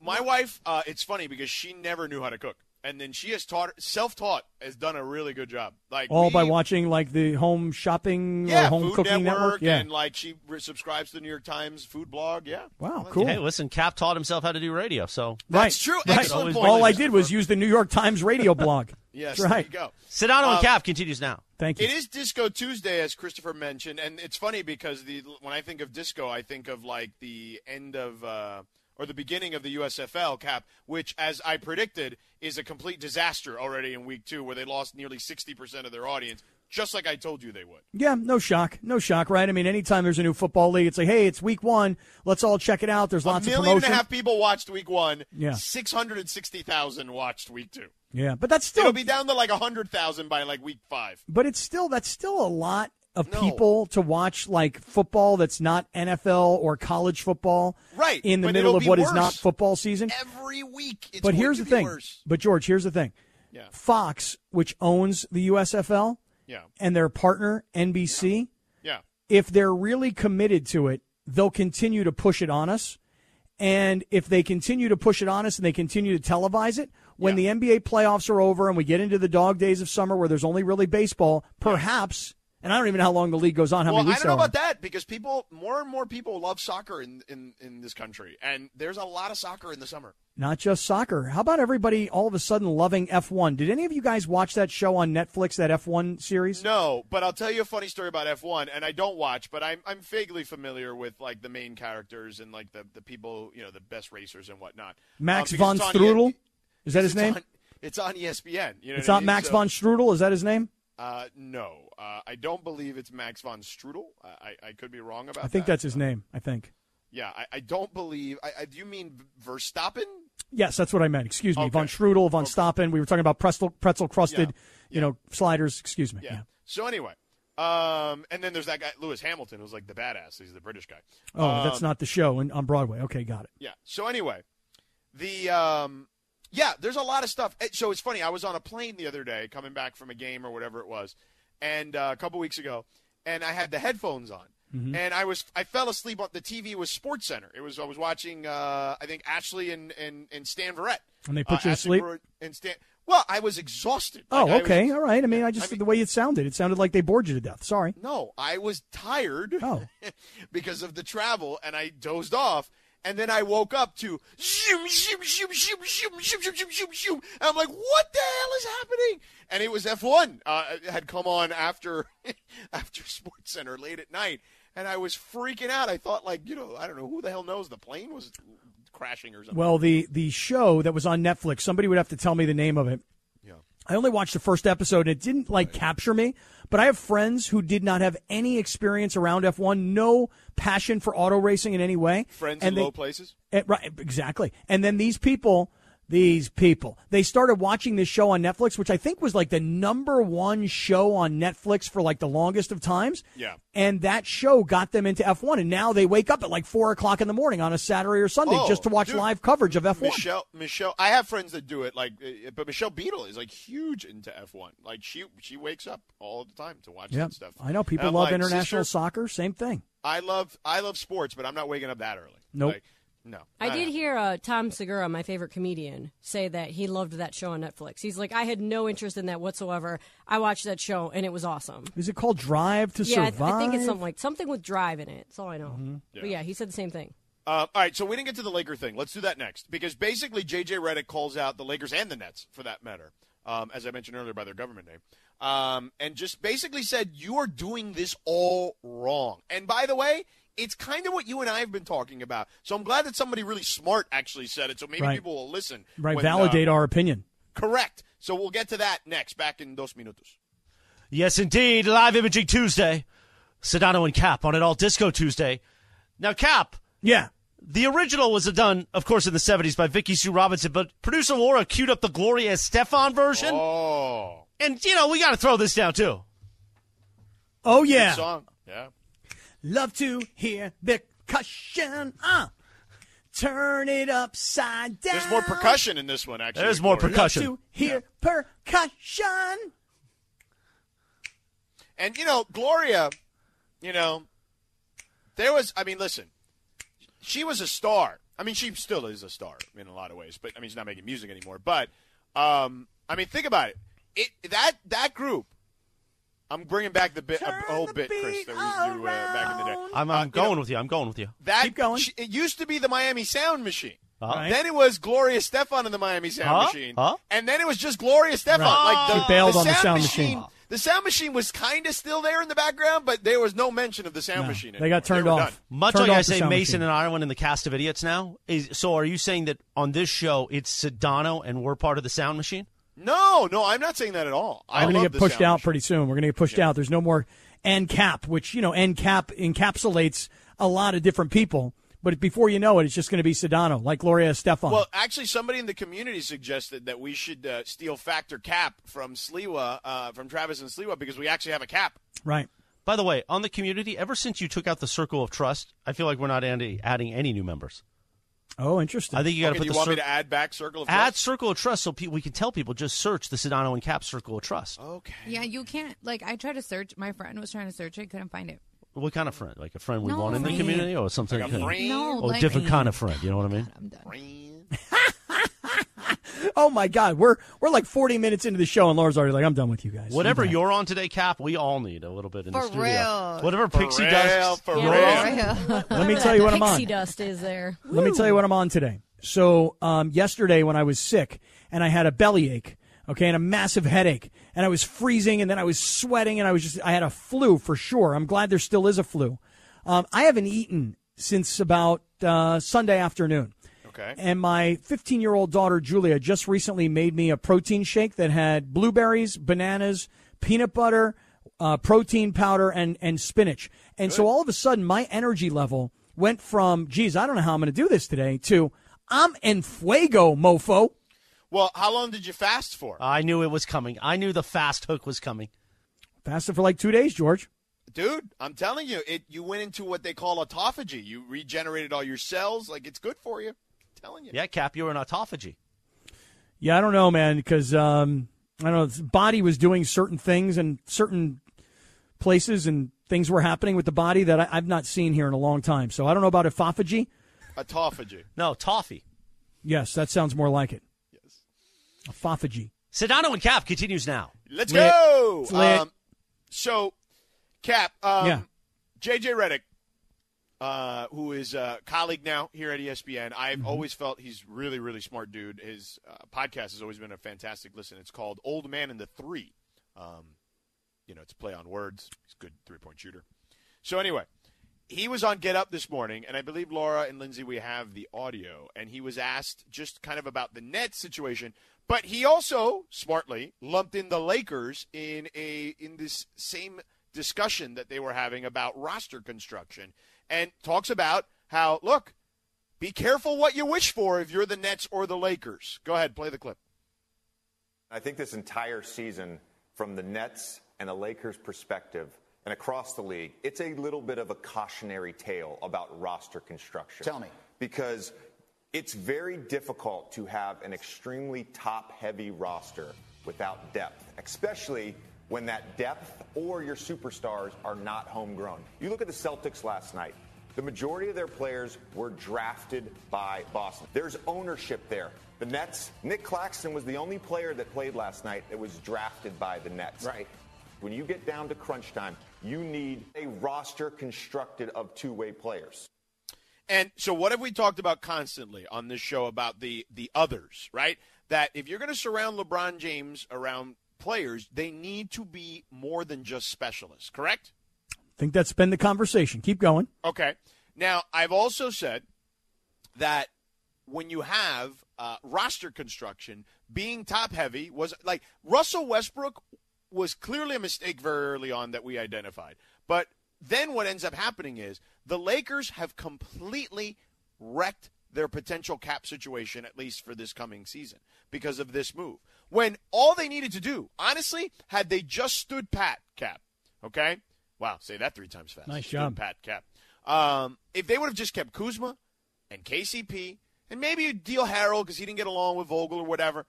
Speaker 3: my wife. Uh, it's funny because she never knew how to cook, and then she has taught self-taught has done a really good job. Like
Speaker 4: All by
Speaker 3: we-
Speaker 4: watching like the home shopping
Speaker 3: Yeah,
Speaker 4: or home
Speaker 3: Food
Speaker 4: cooking network. Yeah.
Speaker 3: and like she re- subscribes to the New York Times food blog. Yeah,
Speaker 4: wow, cool.
Speaker 6: Hey, listen, Cap taught himself how to do radio, so
Speaker 3: That's true.
Speaker 4: Right.
Speaker 3: Excellent
Speaker 6: Always
Speaker 3: point.
Speaker 4: All I did was use the New York Times radio blog.
Speaker 3: Yes,
Speaker 4: That's
Speaker 3: there
Speaker 4: right.
Speaker 3: you go.
Speaker 6: Sedano
Speaker 3: Uh,
Speaker 6: and Cap continues now.
Speaker 4: Thank you.
Speaker 3: It is Disco Tuesday, as Christopher mentioned, and it's funny because the when I think of disco, I think of like the end of uh, or the beginning of the USFL cap, which, as I predicted, is a complete disaster already in week two, where they lost nearly sixty percent of their audience, just like I told you they would.
Speaker 4: Yeah, no shock. No shock, right? I mean, anytime there's a new football league, it's like, hey, it's week one. Let's all check it out. There's lots
Speaker 3: a
Speaker 4: of
Speaker 3: million and
Speaker 4: promotion.
Speaker 3: a half people watched week one.
Speaker 4: Yeah.
Speaker 3: six hundred and sixty thousand watched week two.
Speaker 4: Yeah, but that's
Speaker 3: It'll
Speaker 4: still,
Speaker 3: be down to like hundred thousand by like week five.
Speaker 4: but it's still, that's still a lot of
Speaker 3: No.
Speaker 4: people to watch like football that's not NFL or college football.
Speaker 3: Right,
Speaker 4: In the
Speaker 3: but
Speaker 4: middle
Speaker 3: it'll
Speaker 4: of
Speaker 3: be
Speaker 4: what is
Speaker 3: worse.
Speaker 4: not football season.
Speaker 3: Every week, it's
Speaker 4: but
Speaker 3: going
Speaker 4: here's
Speaker 3: to be
Speaker 4: the thing.
Speaker 3: Worse.
Speaker 4: But George, here's the thing.
Speaker 3: Yeah.
Speaker 4: Fox, which owns the USFL
Speaker 3: Yeah,
Speaker 4: and their partner NBC,
Speaker 3: yeah.
Speaker 4: if they're really committed to it, they'll continue to push it on us. And if they continue to push it on us and they continue to televise it, when the NBA playoffs are over and we get into the dog days of summer where there's only really baseball, perhaps, and I don't even know how long the league goes on, how
Speaker 3: well, I
Speaker 4: many weeks
Speaker 3: don't know
Speaker 4: there are.
Speaker 3: about that because people, more and more people love soccer in, in, in this country, and there's a lot of soccer in the summer.
Speaker 4: Not just soccer. How about everybody all of a sudden loving F1? Did any of you guys watch that show on Netflix, that F1 series?
Speaker 3: No, Um, but I'll tell you a funny story about F1, and I don't watch, but I'm I'm vaguely familiar with like the main characters and like the, the people, you know, the best racers and whatnot.
Speaker 4: Max
Speaker 3: Um, because
Speaker 4: von
Speaker 3: it's on
Speaker 4: Strudel?
Speaker 3: E-
Speaker 4: Is that his
Speaker 3: it's
Speaker 4: name?
Speaker 3: on- it's on E ESPN. You know
Speaker 4: it's
Speaker 3: what I
Speaker 4: not
Speaker 3: mean?
Speaker 4: Max
Speaker 3: So-
Speaker 4: von Strudel. Is that his name?
Speaker 3: Uh, no, uh, I don't believe it's Max von Strudel. I, I, I could be wrong about.
Speaker 4: I think
Speaker 3: that.
Speaker 4: that's his name. I think.
Speaker 3: Yeah, I, I don't believe. I, I, do you mean Verstappen?
Speaker 4: Yes, that's what I meant. Excuse me. Von Strudel, von Stoppen. We were talking about pretzel, pretzel crusted, you know, sliders. Excuse me. Yeah.
Speaker 3: So anyway, um, and then there's that guy Lewis Hamilton, who's like the badass. He's the British guy.
Speaker 4: Oh, that's
Speaker 3: Um,
Speaker 4: not the show in, on Broadway. Okay, got it.
Speaker 3: Yeah. So anyway, the um, yeah, there's a lot of stuff. Eh, So it's funny. I was on a plane the other day coming back from a game or whatever it was, and uh, a couple weeks ago, and I had the headphones on,
Speaker 4: Mm-hmm.
Speaker 10: Mhm.
Speaker 3: and I was I fell asleep on the TV was Sports Center. It was I was watching uh, I think Ashley and and, and Stan Verrett.
Speaker 4: And they
Speaker 3: Uh,
Speaker 4: put you to
Speaker 3: Ashley
Speaker 4: sleep?
Speaker 3: Verrett And Stan. Well, I was exhausted.
Speaker 4: Oh,
Speaker 3: Like, I was-
Speaker 4: okay. All right. I mean, I just the way it sounded, it sounded like they bored you to death. Sorry.
Speaker 3: no, I was tired
Speaker 4: Oh.
Speaker 3: because of the travel, and I dozed off. And then I woke up to zoom, zoom, zoom, zoom, zoom, zoom, zoom, zoom, zoom, zoom. And I'm like, what the hell is happening? And it was F1 uh, it had come on after after Sports Center late at night, and I was freaking out. I thought, like, you know, I don't know who the hell knows the plane was crashing or something.
Speaker 4: Well, the the show that was on Netflix, somebody would have to tell me the name of it.
Speaker 3: Yeah.
Speaker 4: I only watched the first episode and it didn't like capture me, but I have friends who did not have any experience around F1, no passion for auto racing in any way.
Speaker 3: Friends
Speaker 4: and
Speaker 3: in
Speaker 4: they-
Speaker 3: low places.
Speaker 4: Eh, right, exactly. And then these people, these people, they started watching this show on Netflix, which I think was like the number one show on Netflix for like the longest of times.
Speaker 3: Yeah.
Speaker 4: And that show got them into F1, and now they wake up at like four o'clock in the morning on a Saturday or Sunday
Speaker 3: Oh,
Speaker 4: just to watch
Speaker 3: dude.
Speaker 4: live coverage of F1.
Speaker 3: Michelle, Michelle, I have friends that do it, like, uh, but Michelle Beadle is like huge into F1. Like she, she wakes up all the time to watch
Speaker 4: Yeah,
Speaker 3: that stuff.
Speaker 4: I know people
Speaker 3: And I'm
Speaker 4: love
Speaker 3: like,
Speaker 4: international
Speaker 3: "Sister,
Speaker 4: soccer. Same thing.
Speaker 3: I love, I love sports, but I'm not waking up that early.
Speaker 4: Nope.
Speaker 3: Like, no,
Speaker 7: I
Speaker 3: Not
Speaker 7: did
Speaker 3: happening.
Speaker 7: hear uh, Tom Segura, my favorite comedian, say that he loved that show on Netflix. He's like, I had no interest in that whatsoever. I watched that show and it was awesome.
Speaker 4: Is it called Drive to
Speaker 7: yeah, I,
Speaker 4: Survive? Mm-hmm.
Speaker 7: I think it's something like something with drive in it. That's all I know. But
Speaker 3: Yeah.
Speaker 7: yeah, he said the same thing.
Speaker 3: Uh, all right, so we didn't get to the Laker thing. Let's do that next because basically JJ Redick calls out the Lakers and the Nets for that matter, um, as I mentioned earlier by their government name, um, and just basically said you are doing this all wrong. And by the way, it's kind of what you and I have been talking about. So I'm glad that somebody really smart actually said it. So maybe
Speaker 4: Right.
Speaker 3: people will listen.
Speaker 4: right,
Speaker 3: when, uh,
Speaker 4: validate our opinion.
Speaker 3: correct. So we'll get to that next. Back in dos minutos.
Speaker 6: Yes, indeed. Live Imaging Tuesday. Sedano and Cap on it all Disco Tuesday. Now, Cap.
Speaker 4: Yeah.
Speaker 6: The original was done, of course, in the 70s by Vicky Sue Robinson, but producer Laura queued up the Gloria Stefan version.
Speaker 3: Oh.
Speaker 6: And, you know, we got to throw this down, too.
Speaker 4: Oh yeah.
Speaker 6: Good song.
Speaker 3: Yeah.
Speaker 4: Love to hear the cushion. Uh, turn it upside down.
Speaker 3: There's more percussion in this one actually.
Speaker 6: There's more
Speaker 3: Corey.
Speaker 6: percussion.
Speaker 4: Love to hear percussion.
Speaker 3: And you know, Gloria, you know, there was. I mean, listen, she was a star. I mean, she still is a star in a lot of ways. But I mean, she's not making music anymore. But um, I mean, think about it. It that that group. I'm bringing back the bit, a whole bit, Chris, that we used to do uh, back in the day.
Speaker 6: I'm, I'm going with you. I'm going with you.
Speaker 3: That she- it used to be the Miami Sound Machine.
Speaker 6: Huh? Right.
Speaker 3: Then it was Gloria Stefan and the Miami Sound
Speaker 6: Huh?
Speaker 3: Machine.
Speaker 6: Huh?
Speaker 3: And then it was just Gloria Stefan.
Speaker 6: Right.
Speaker 3: Like the,
Speaker 4: She bailed
Speaker 3: the
Speaker 4: on the
Speaker 3: sound
Speaker 4: Sound
Speaker 3: machine.
Speaker 4: Machine.
Speaker 3: The sound machine was kind of still there in the background, but there was no mention of the sound machine.
Speaker 4: they
Speaker 3: anymore.
Speaker 4: got turned
Speaker 3: were
Speaker 4: off.
Speaker 3: done.
Speaker 6: Much
Speaker 4: Turned
Speaker 6: like I
Speaker 4: off the
Speaker 6: say,
Speaker 4: sound
Speaker 6: Mason
Speaker 4: machine.
Speaker 6: and Ireland in the cast of idiots now. Is, so, are you saying that on this show it's Sedano and we're part of the sound machine?
Speaker 3: No, no, I'm not saying that at all. I
Speaker 4: We're going to
Speaker 3: love
Speaker 4: get
Speaker 3: the
Speaker 4: pushed
Speaker 3: sound
Speaker 4: out
Speaker 3: machine.
Speaker 4: pretty soon. We're going to get pushed out. There's no more NCAP, which, you know, NCAP encapsulates a lot of different people. But before you know it, it's just going to be Sedano, like Gloria Stefan.
Speaker 3: Well, actually, somebody in the community suggested that we should uh, steal Factor Cap from Sliwa, uh, from Travis and Sliwa, because we actually have a cap.
Speaker 4: right.
Speaker 6: By the way, on the community, ever since you took out the circle of trust, I feel like we're not adding, adding any new members.
Speaker 4: Oh, interesting.
Speaker 6: I think you got
Speaker 3: Okay, do
Speaker 6: put
Speaker 3: you
Speaker 6: the
Speaker 3: want
Speaker 6: cir-
Speaker 3: me to add back Circle of
Speaker 6: add
Speaker 3: Trust?
Speaker 6: circle of trust so pe- we can tell people just search the Sedano and Cap circle of trust.
Speaker 3: Okay.
Speaker 8: Yeah, you can't. Like, I tried to search. My friend was trying to search it, couldn't find it.
Speaker 6: What kind of friend? Like a friend we
Speaker 8: No,
Speaker 6: want in the
Speaker 8: friend.
Speaker 6: community, or something?
Speaker 8: Like a
Speaker 6: kind of-
Speaker 8: friend? No,
Speaker 6: or a
Speaker 8: like-
Speaker 6: different kind of friend. You know what I mean?
Speaker 4: Oh my God, we're we're like 40 minutes into the show, and Laura's already like, "I'm done with you guys." I'm
Speaker 6: Whatever
Speaker 4: done.
Speaker 6: you're on today, Cap, we all need a little bit in the
Speaker 7: For
Speaker 6: studio.
Speaker 7: real.
Speaker 6: Whatever
Speaker 7: For
Speaker 6: Pixie
Speaker 7: real,
Speaker 6: does.
Speaker 7: for
Speaker 6: Yeah.
Speaker 4: Let me tell you what I'm on.
Speaker 7: Pixie dust is there.
Speaker 4: Let me tell you what I'm on today. So, um, yesterday when I was sick and I had a bellyache, okay, and a massive headache, and I was freezing and then I was sweating and I was just, I had a flu for sure. I'm glad there still is a flu. Um, I haven't eaten since about uh, Sunday afternoon.
Speaker 3: Okay.
Speaker 4: And my 15 year old daughter, Julia, just recently made me a protein shake that had blueberries, bananas, peanut butter, uh, protein powder, and, and spinach. And so all of a sudden, my energy level went from, geez, I don't know how I'm going to do this today, to, I'm en fuego, mofo.
Speaker 3: Well, how long did you fast for?
Speaker 6: I knew it was coming. I knew the fast hook was coming.
Speaker 4: Fasted for like two days, George.
Speaker 3: Dude, I'm telling you, it you went into what they call autophagy. You regenerated all your cells. Like it's good for you. telling you.
Speaker 6: Yeah, Cap, you were in autophagy.
Speaker 4: Yeah, I don't know, man, because um, I don't know. The body was doing certain things and certain places, and things were happening with the body that I, I've not seen here in a long time. So I don't know about autophagy.
Speaker 3: Autophagy.
Speaker 6: No, toffee.
Speaker 4: Yes, that sounds more like it. Yes. Autophagy.
Speaker 6: Sedano and Cap continues now.
Speaker 3: Let's
Speaker 4: Lit.
Speaker 3: go.
Speaker 4: It's lit.
Speaker 3: Um, so, Cap, um,
Speaker 4: Yeah.
Speaker 3: JJ Reddick, uh, who is a colleague now here at E ESPN, I've
Speaker 4: Mm-hmm.
Speaker 3: always felt he's really, really smart dude. His uh, podcast has always been a fantastic listen. It's called Old Man and the Three. Um, you know, it's a play on words. He's a good three point shooter. So anyway, he was on Get Up this morning, and I believe Laura and Lindsay we have the audio, and he was asked just kind of about the Nets situation, but he also smartly lumped in the Lakers in a in this same discussion that they were having about roster construction, and talks about how look, be careful what you wish for if you're the Nets or the Lakers. Go ahead, play the clip.
Speaker 10: I think this entire season, from the Nets and the Lakers' perspective and across the league, it's a little bit of a cautionary tale about roster construction. Tell me. Because it's very difficult to have an extremely top heavy roster without depth, especially when that depth or your superstars are not homegrown. You look at the Celtics last night. The majority of their players were drafted by Boston. There's ownership there. The Nets, Nick Claxton was the only player that played last night that was drafted by the Nets. Right. When you get down to crunch time, you need a roster constructed of two-way players.
Speaker 3: And so what have we talked about constantly on this show about the the others, right? That if you're going to surround LeBron James around players, they need to be more than just specialists, correct?
Speaker 4: think that's been the conversation. Keep going.
Speaker 3: Okay. Now, I've also said that when you have uh, roster construction, being top heavy was like Russell Westbrook was clearly a mistake very early on that we identified. But then what ends up happening is the Lakers have completely wrecked their potential cap situation, at least for this coming season, because of this move. When all they needed to do, honestly, had they just stood pat, Cap, okay? Wow, say that three times fast.
Speaker 4: Nice
Speaker 3: Stood
Speaker 4: job.
Speaker 3: Pat Cap. Um, if they would have just kept Kuzma and KCP and maybe you deal Harrell because he didn't get along with Vogel or whatever,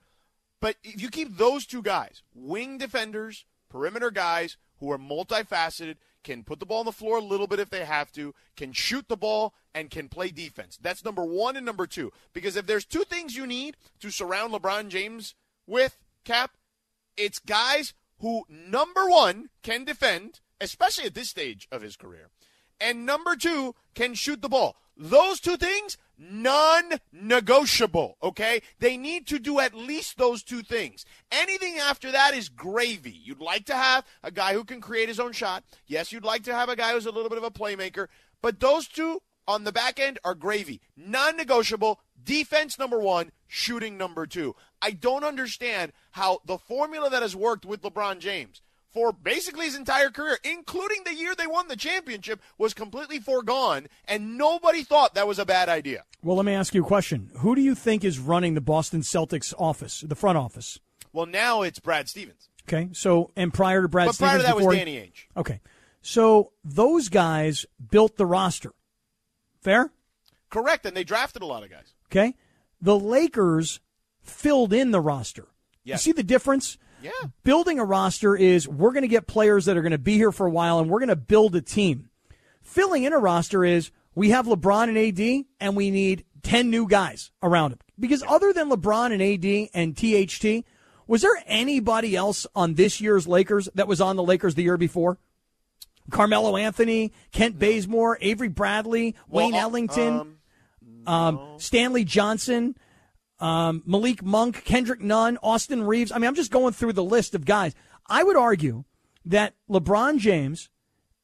Speaker 3: but if you keep those two guys, wing defenders, perimeter guys who are multifaceted, can put the ball on the floor a little bit if they have to, can shoot the ball, and can play defense. That's number one and number two. Because if there's two things you need to surround LeBron James with, Cap, it's guys who, number one, can defend, especially at this stage of his career, and number two, can shoot the ball. Those two things, non negotiable, okay? They need to do at least those two things. Anything after that is gravy. You'd like to have a guy who can create his own shot. Yes, you'd like to have a guy who's a little bit of a playmaker, but those two on the back end are gravy. Non negotiable. Defense number one, shooting number two. I don't understand how the formula that has worked with LeBron James for basically his entire career, including the year they won the championship, was completely foregone, and nobody thought that was a bad idea.
Speaker 4: Well, let me ask you a question. Who do you think is running the Boston Celtics office, the front office?
Speaker 3: Well, now it's Brad Stevens.
Speaker 4: Okay. So, and prior to Brad
Speaker 3: but prior to
Speaker 4: Stevens,
Speaker 3: that was
Speaker 4: before-
Speaker 3: Danny Ainge.
Speaker 4: Okay. So those guys built the roster. Fair?
Speaker 3: Correct, and they drafted a lot of guys.
Speaker 4: Okay. The Lakers filled in the roster. You
Speaker 3: Yes.
Speaker 4: see the difference?
Speaker 3: Yeah.
Speaker 4: Building a roster is we're going to get players that are going to be here for a while and we're going to build a team. Filling in a roster is we have LeBron and AD, and we need 10 new guys around him. Because other than LeBron and AD and THT, was there anybody else on this year's Lakers that was on the Lakers the year before? Carmelo Anthony, Kent Bazemore, Avery Bradley,
Speaker 3: Well,
Speaker 4: Wayne
Speaker 3: uh,
Speaker 4: Ellington, um, Stanley Johnson, um, Malik Monk, Kendrick Nunn, Austin Reeves. I mean, I'm just going through the list of guys. I would argue that LeBron James,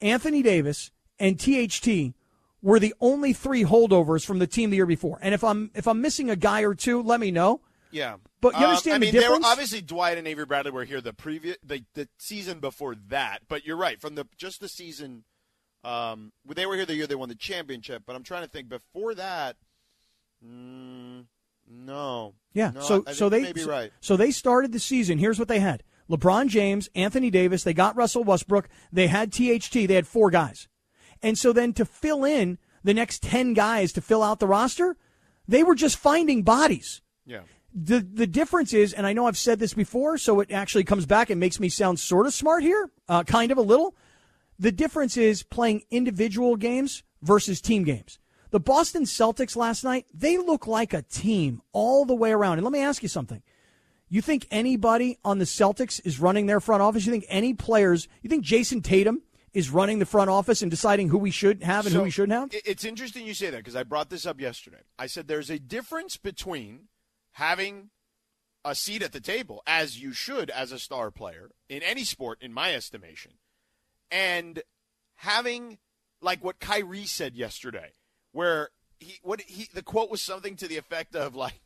Speaker 4: Anthony Davis, and THT were the only three holdovers from the team the year before. And if I'm if I'm missing a guy or two, let me know.
Speaker 3: Yeah,
Speaker 4: But you
Speaker 3: Um,
Speaker 4: understand
Speaker 3: I
Speaker 4: the
Speaker 3: mean,
Speaker 4: difference?
Speaker 3: They were, obviously, Dwight and Avery Bradley were here the previous the, the season before that. But you're right from the just the season. Um, they were here the year they won the championship. But I'm trying to think before that. Mm, no.
Speaker 4: Yeah.
Speaker 3: No,
Speaker 4: so
Speaker 3: I- I
Speaker 4: so
Speaker 3: think
Speaker 4: they
Speaker 3: you may be
Speaker 4: so-
Speaker 3: right.
Speaker 4: So they started the season. Here's what they had: LeBron James, Anthony Davis. They got Russell Westbrook. They had THT. They had four guys, and so then to fill in the next ten guys to fill out the roster, they were just finding bodies.
Speaker 3: Yeah.
Speaker 4: The the difference is, and I know I've said this before, so it actually comes back and makes me sound sort of smart here, uh, kind of a little. The difference is playing individual games versus team games. The Boston Celtics last night, they look like a team all the way around. And let me ask you something. You think anybody on the Celtics is running their front office? You think any players, you think Jason Tatum is running the front office and deciding who we should have and
Speaker 3: So,
Speaker 4: who we shouldn't have?
Speaker 3: it- It's interesting you say that because I brought this up yesterday. I said there's a difference between having a seat at the table, as you should as a star player in any sport, in my estimation, and having like what Kyrie said yesterday, where he what he the quote was something to the effect of like,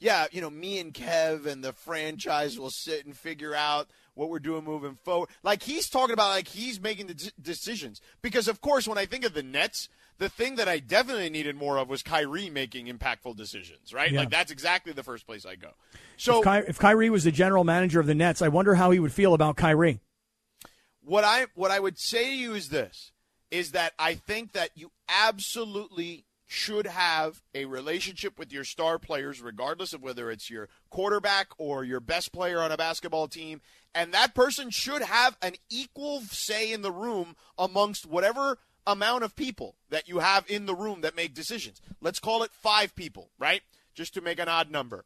Speaker 3: yeah, you know, me and Kev and the franchise will sit and figure out what we're doing moving forward. Like he's talking about like he's making the d- decisions because of course when I think of the Nets, the thing that I definitely needed more of was Kyrie making impactful decisions, right?
Speaker 4: Yeah.
Speaker 3: Like that's exactly the first place I go. So
Speaker 4: if, Ky- if Kyrie was the general manager of the Nets, I wonder how he would feel about Kyrie.
Speaker 3: what I what I would say to you is this is that I think that you absolutely should have a relationship with your star players regardless of whether it's your quarterback or your best player on a basketball team and that person should have an equal say in the room amongst whatever amount of people that you have in the room that make decisions let's call it 5 people right just to make an odd number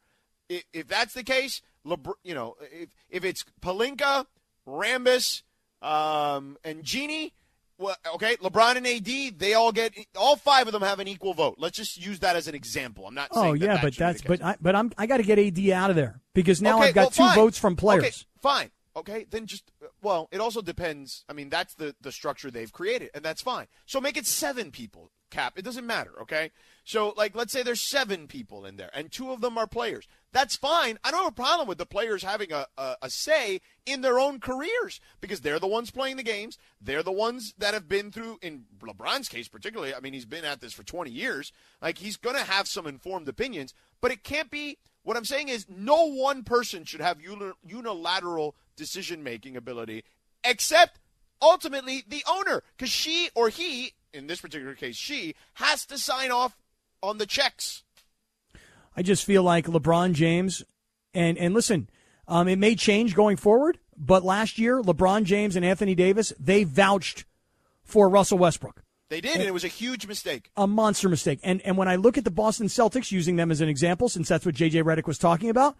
Speaker 3: if, if that's the case, LeBr- you know, if, if it's Palinka, Rambus, um, and Genie, well, okay, LeBron and AD, they all get all five of them have an equal vote. Let's just use that as an example. I'm not.
Speaker 4: Oh
Speaker 3: saying that
Speaker 4: yeah,
Speaker 3: that
Speaker 4: but
Speaker 3: should be the
Speaker 4: that's
Speaker 3: case.
Speaker 4: but I, but I'm I got to get AD out of there because now
Speaker 3: Okay,
Speaker 4: I've got
Speaker 3: well,
Speaker 4: two
Speaker 3: fine.
Speaker 4: votes from players.
Speaker 3: Okay, fine. Okay, then just well, it also depends. I mean, that's the the structure they've created, and that's fine. So make it seven people. Cap. It doesn't matter. Okay. So like, let's say there's seven people in there, and two of them are players. That's fine. I don't have a problem with the players having a, a, a say in their own careers because they're the ones playing the games. They're the ones that have been through. In LeBron's case, particularly, I mean, he's been at this for 20 years. Like he's gonna have some informed opinions, but it can't be what I'm saying is, no one person should have uni- unilateral decision making ability, except ultimately the owner, because she or he, in this particular case, she has to sign off on the checks.
Speaker 4: I just feel like LeBron James, and and listen, um, it may change going forward, but last year LeBron James and Anthony Davis they vouched for Russell Westbrook,
Speaker 3: They did, and it was a huge mistake.
Speaker 4: a monster mistake. And and when I look at the Boston Celtics, using them as an example, since that's what JJ Redick was talking about,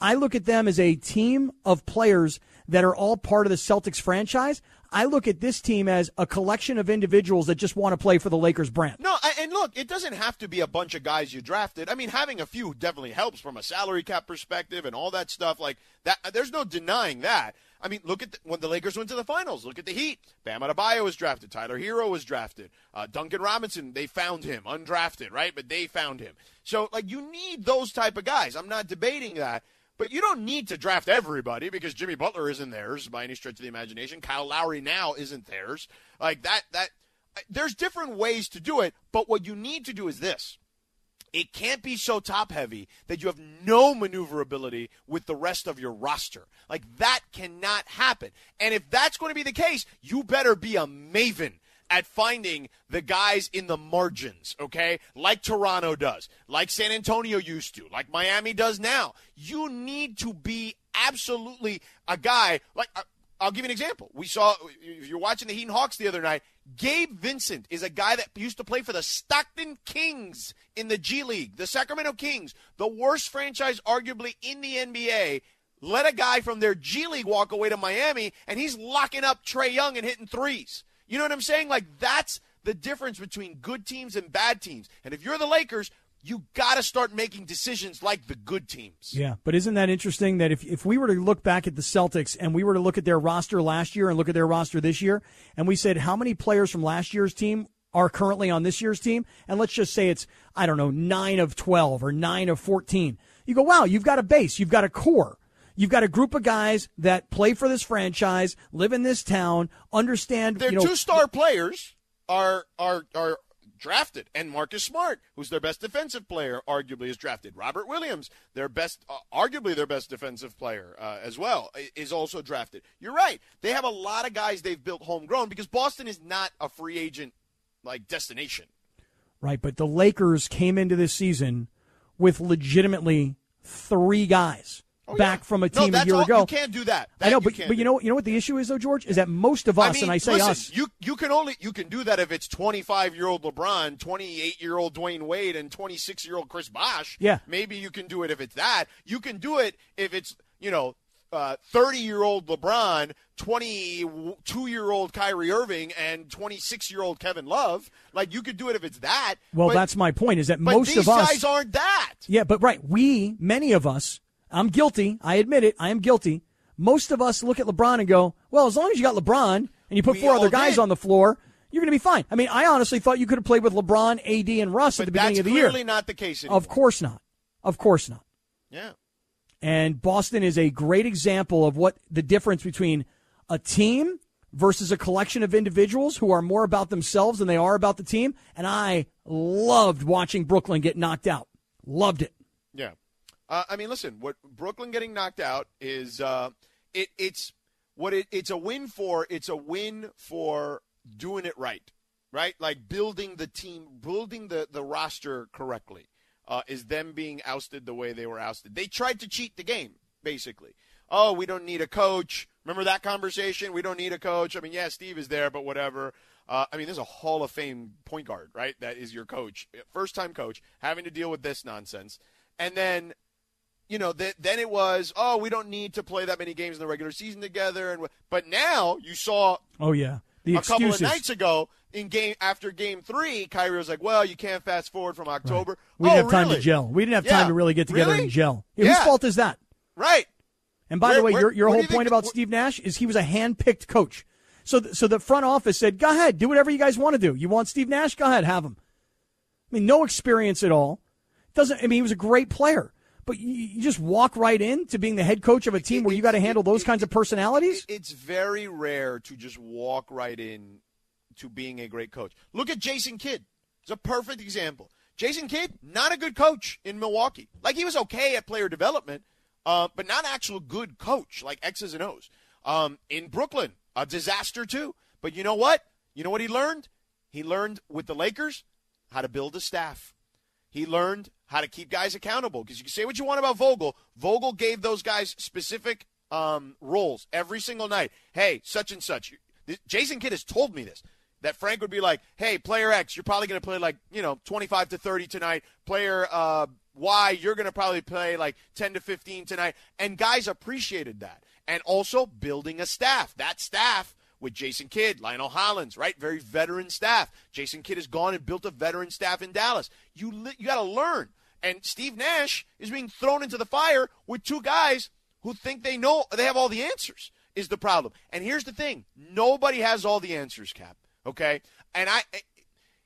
Speaker 4: I look at them as a team of players that are all part of the Celtics franchise. I look at this team as a collection of individuals that just want to play for the Lakers brand.
Speaker 3: No, I, and look, it doesn't have to be a bunch of guys you drafted. I mean, having a few definitely helps from a salary cap perspective and all that stuff. Like that, uh, there's no denying that. I mean, look at the, when the Lakers went to the finals. Look at the Heat. Bam Adebayo was drafted. Tyler Hero was drafted. Uh, Duncan Robinson, they found him undrafted, right? But they found him. So like, you need those type of guys. I'm not debating that. But you don't need to draft everybody because Jimmy Butler isn't theirs by any stretch of the imagination. Kyle Lowry now isn't theirs. Like that, that there's different ways to do it, but what you need to do is this. It can't be so top heavy that you have no maneuverability with the rest of your roster. Like that cannot happen. And if that's going to be the case, you better be a maven at finding the guys in the margins, okay? Like Toronto does, like San Antonio used to, like Miami does now. You need to be uh, absolutely a guy like I'll give you an example. We saw if you're watching the Heat and Hawks the other night. Gabe Vincent is a guy that used to play for the Stockton Kings in the G League, the Sacramento Kings, the worst franchise arguably in the NBA. Let a guy from their G League walk away to Miami, and he's locking up Trey Young and hitting threes. You know what I'm saying? Like, that's the difference between good teams and bad teams. And if you're the Lakers, you got to start making decisions like the good teams.
Speaker 4: Yeah, but isn't that interesting that if, if we were to look back at the Celtics and we were to look at their roster last year and look at their roster this year, and we said how many players from last year's team are currently on this year's team, and let's just say it's, I don't know, 9 of 12 or 9 of 14, you go, wow, you've got a base, you've got a core. You've got a group of guys that play for this franchise, live in this town, understand.
Speaker 3: Their
Speaker 4: you know,
Speaker 3: two star players are are are drafted, and Marcus Smart, who's their best defensive player, arguably is drafted. Robert Williams, their best, uh, arguably their best defensive player uh, as well, i- is also drafted. You're right; they have a lot of guys they've built homegrown because Boston is not a free agent like destination.
Speaker 4: Right, but the Lakers came into this season with legitimately three guys back from a
Speaker 3: Oh, No,
Speaker 4: team a
Speaker 3: that's
Speaker 4: year
Speaker 3: all,
Speaker 4: ago.
Speaker 3: you can't do that.
Speaker 4: I know,
Speaker 3: That
Speaker 4: but,
Speaker 3: can't
Speaker 4: but you know, you know what the issue is though, George, is that most of us,
Speaker 3: I mean,
Speaker 4: and I say
Speaker 3: listen,
Speaker 4: us,
Speaker 3: You you can only you can do that if it's 25 year old LeBron, 28 year old Dwayne Wade, and 26 year old Chris Bosh.
Speaker 4: Yeah.
Speaker 3: maybe you can do it if it's that. You can do it if it's you know. 30 year old LeBron, 22 year old Kyrie Irving, and 26 year old Kevin Love. Like, you could do it if it's that.
Speaker 4: well,
Speaker 3: but-
Speaker 4: that's my point. Is that
Speaker 3: but
Speaker 4: most
Speaker 3: these
Speaker 4: of us
Speaker 3: guys aren't that.
Speaker 4: Yeah, but right, we, many of us, I'm guilty. I admit it. I am guilty. Most of us look at LeBron and go, well, as long as you got LeBron and you put
Speaker 3: We
Speaker 4: four
Speaker 3: all
Speaker 4: other guys
Speaker 3: did.
Speaker 4: on the floor, you're going to be fine. I mean, I honestly thought you could have played with LeBron, AD, and Russ at the beginning
Speaker 3: That's
Speaker 4: of the
Speaker 3: clearly
Speaker 4: year.
Speaker 3: not the case anymore.
Speaker 4: Of course not. Of course not.
Speaker 3: Yeah.
Speaker 4: And Boston is a great example of what the difference between a team versus a collection of individuals who are more about themselves than they are about the team. And I loved watching Brooklyn get knocked out. Loved it.
Speaker 3: Yeah, uh, I mean, listen, what Brooklyn getting knocked out is uh, it, it's what it, it's a win for. It's a win for doing it right, right? Like building the team, building the the roster correctly. Uh, is them being ousted the way they were ousted? They tried to cheat the game, basically. Oh, we don't need a coach. Remember that conversation? We don't need a coach. I mean, yeah, Steve is there, but whatever. Uh, I mean, there's a Hall of Fame point guard, right? That is your coach, first time coach, having to deal with this nonsense. And then, you know, th- then it was, oh, we don't need to play that many games in the regular season together. And wh- but now you saw
Speaker 4: Oh, yeah. The
Speaker 3: a
Speaker 4: excuses.
Speaker 3: couple of nights ago in game after game three, Kyrie was like, well, you can't fast forward from October.
Speaker 4: We didn't
Speaker 3: Oh,
Speaker 4: have time
Speaker 3: really?
Speaker 4: to gel. We didn't have time
Speaker 3: Yeah.
Speaker 4: to really get together
Speaker 3: Really?
Speaker 4: and gel. Yeah, Whose
Speaker 3: Yeah.
Speaker 4: fault is that?
Speaker 3: Right.
Speaker 4: And by the
Speaker 3: Where-
Speaker 4: way,
Speaker 3: where-
Speaker 4: your, your
Speaker 3: where do
Speaker 4: whole
Speaker 3: you think
Speaker 4: point
Speaker 3: it-
Speaker 4: about Steve Nash is he was a hand-picked coach. So, th- so the front office said, "Go ahead, do whatever you guys want to do. You want Steve Nash? Go ahead, have him." I mean, no experience at all. Doesn't. I mean, he was a great player, but you, you just walk right into being the head coach of a team where you got to handle those kinds of personalities.
Speaker 3: It's very rare to just walk right in to being a great coach. Look at Jason Kidd. It's a perfect example. Jason Kidd, not a good coach in Milwaukee. Like he was okay at player development, uh, but not actual good coach, like X's and O's. Um, in Brooklyn, a disaster too. But you know what? You know what he learned? He learned with the Lakers how to build a staff. He learned how to keep guys accountable because you can say what you want about Vogel. Vogel gave those guys specific um, roles every single night. Hey, such and such. This- Jason Kidd has told me this that Frank would be like, "Hey, player X, you're probably going to play like you know 25 to 30 tonight. Player uh, Y, you're going to probably play like 10 to 15 tonight." And guys appreciated that, and also building a staff. That staff with Jason Kidd, Lionel Hollins, right? Very veteran staff. Jason Kidd has gone and built a veteran staff in Dallas. You li- you got to learn. And Steve Nash is being thrown into the fire with two guys who think they know they have all the answers is the problem. And here's the thing: nobody has all the answers, Cap. Okay, and I,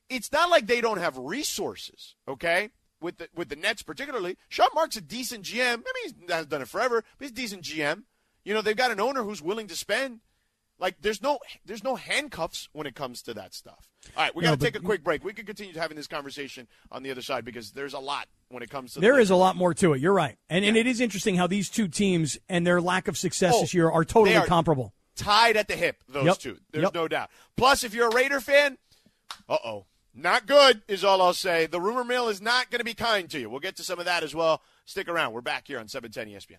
Speaker 3: it's not like they don't have resources. Okay, with the with the Nets particularly, Sean Mark's a decent GM. I mean, he's not done it forever, but he's a decent GM. You know, they've got an owner who's willing to spend. Like there's no there's no handcuffs when it comes to that stuff. All right, we
Speaker 4: No,
Speaker 3: got to
Speaker 4: but-
Speaker 3: take a quick break. We could continue having this conversation on the other side because there's a lot when it comes to
Speaker 4: There
Speaker 3: the
Speaker 4: is a lot more to it. You're right, and and it is interesting how these two teams and their lack of success
Speaker 3: Oh,
Speaker 4: this year are totally
Speaker 3: they are-
Speaker 4: comparable.
Speaker 3: tied at the hip, those
Speaker 4: Yep.
Speaker 3: two. There's
Speaker 4: Yep.
Speaker 3: no doubt. Plus, if you're a Raider fan, uh oh. Not good is all I'll say. The rumor mill is not going to be kind to you. We'll get to some of that as well. Stick around. We're back here on E 710 ESPN.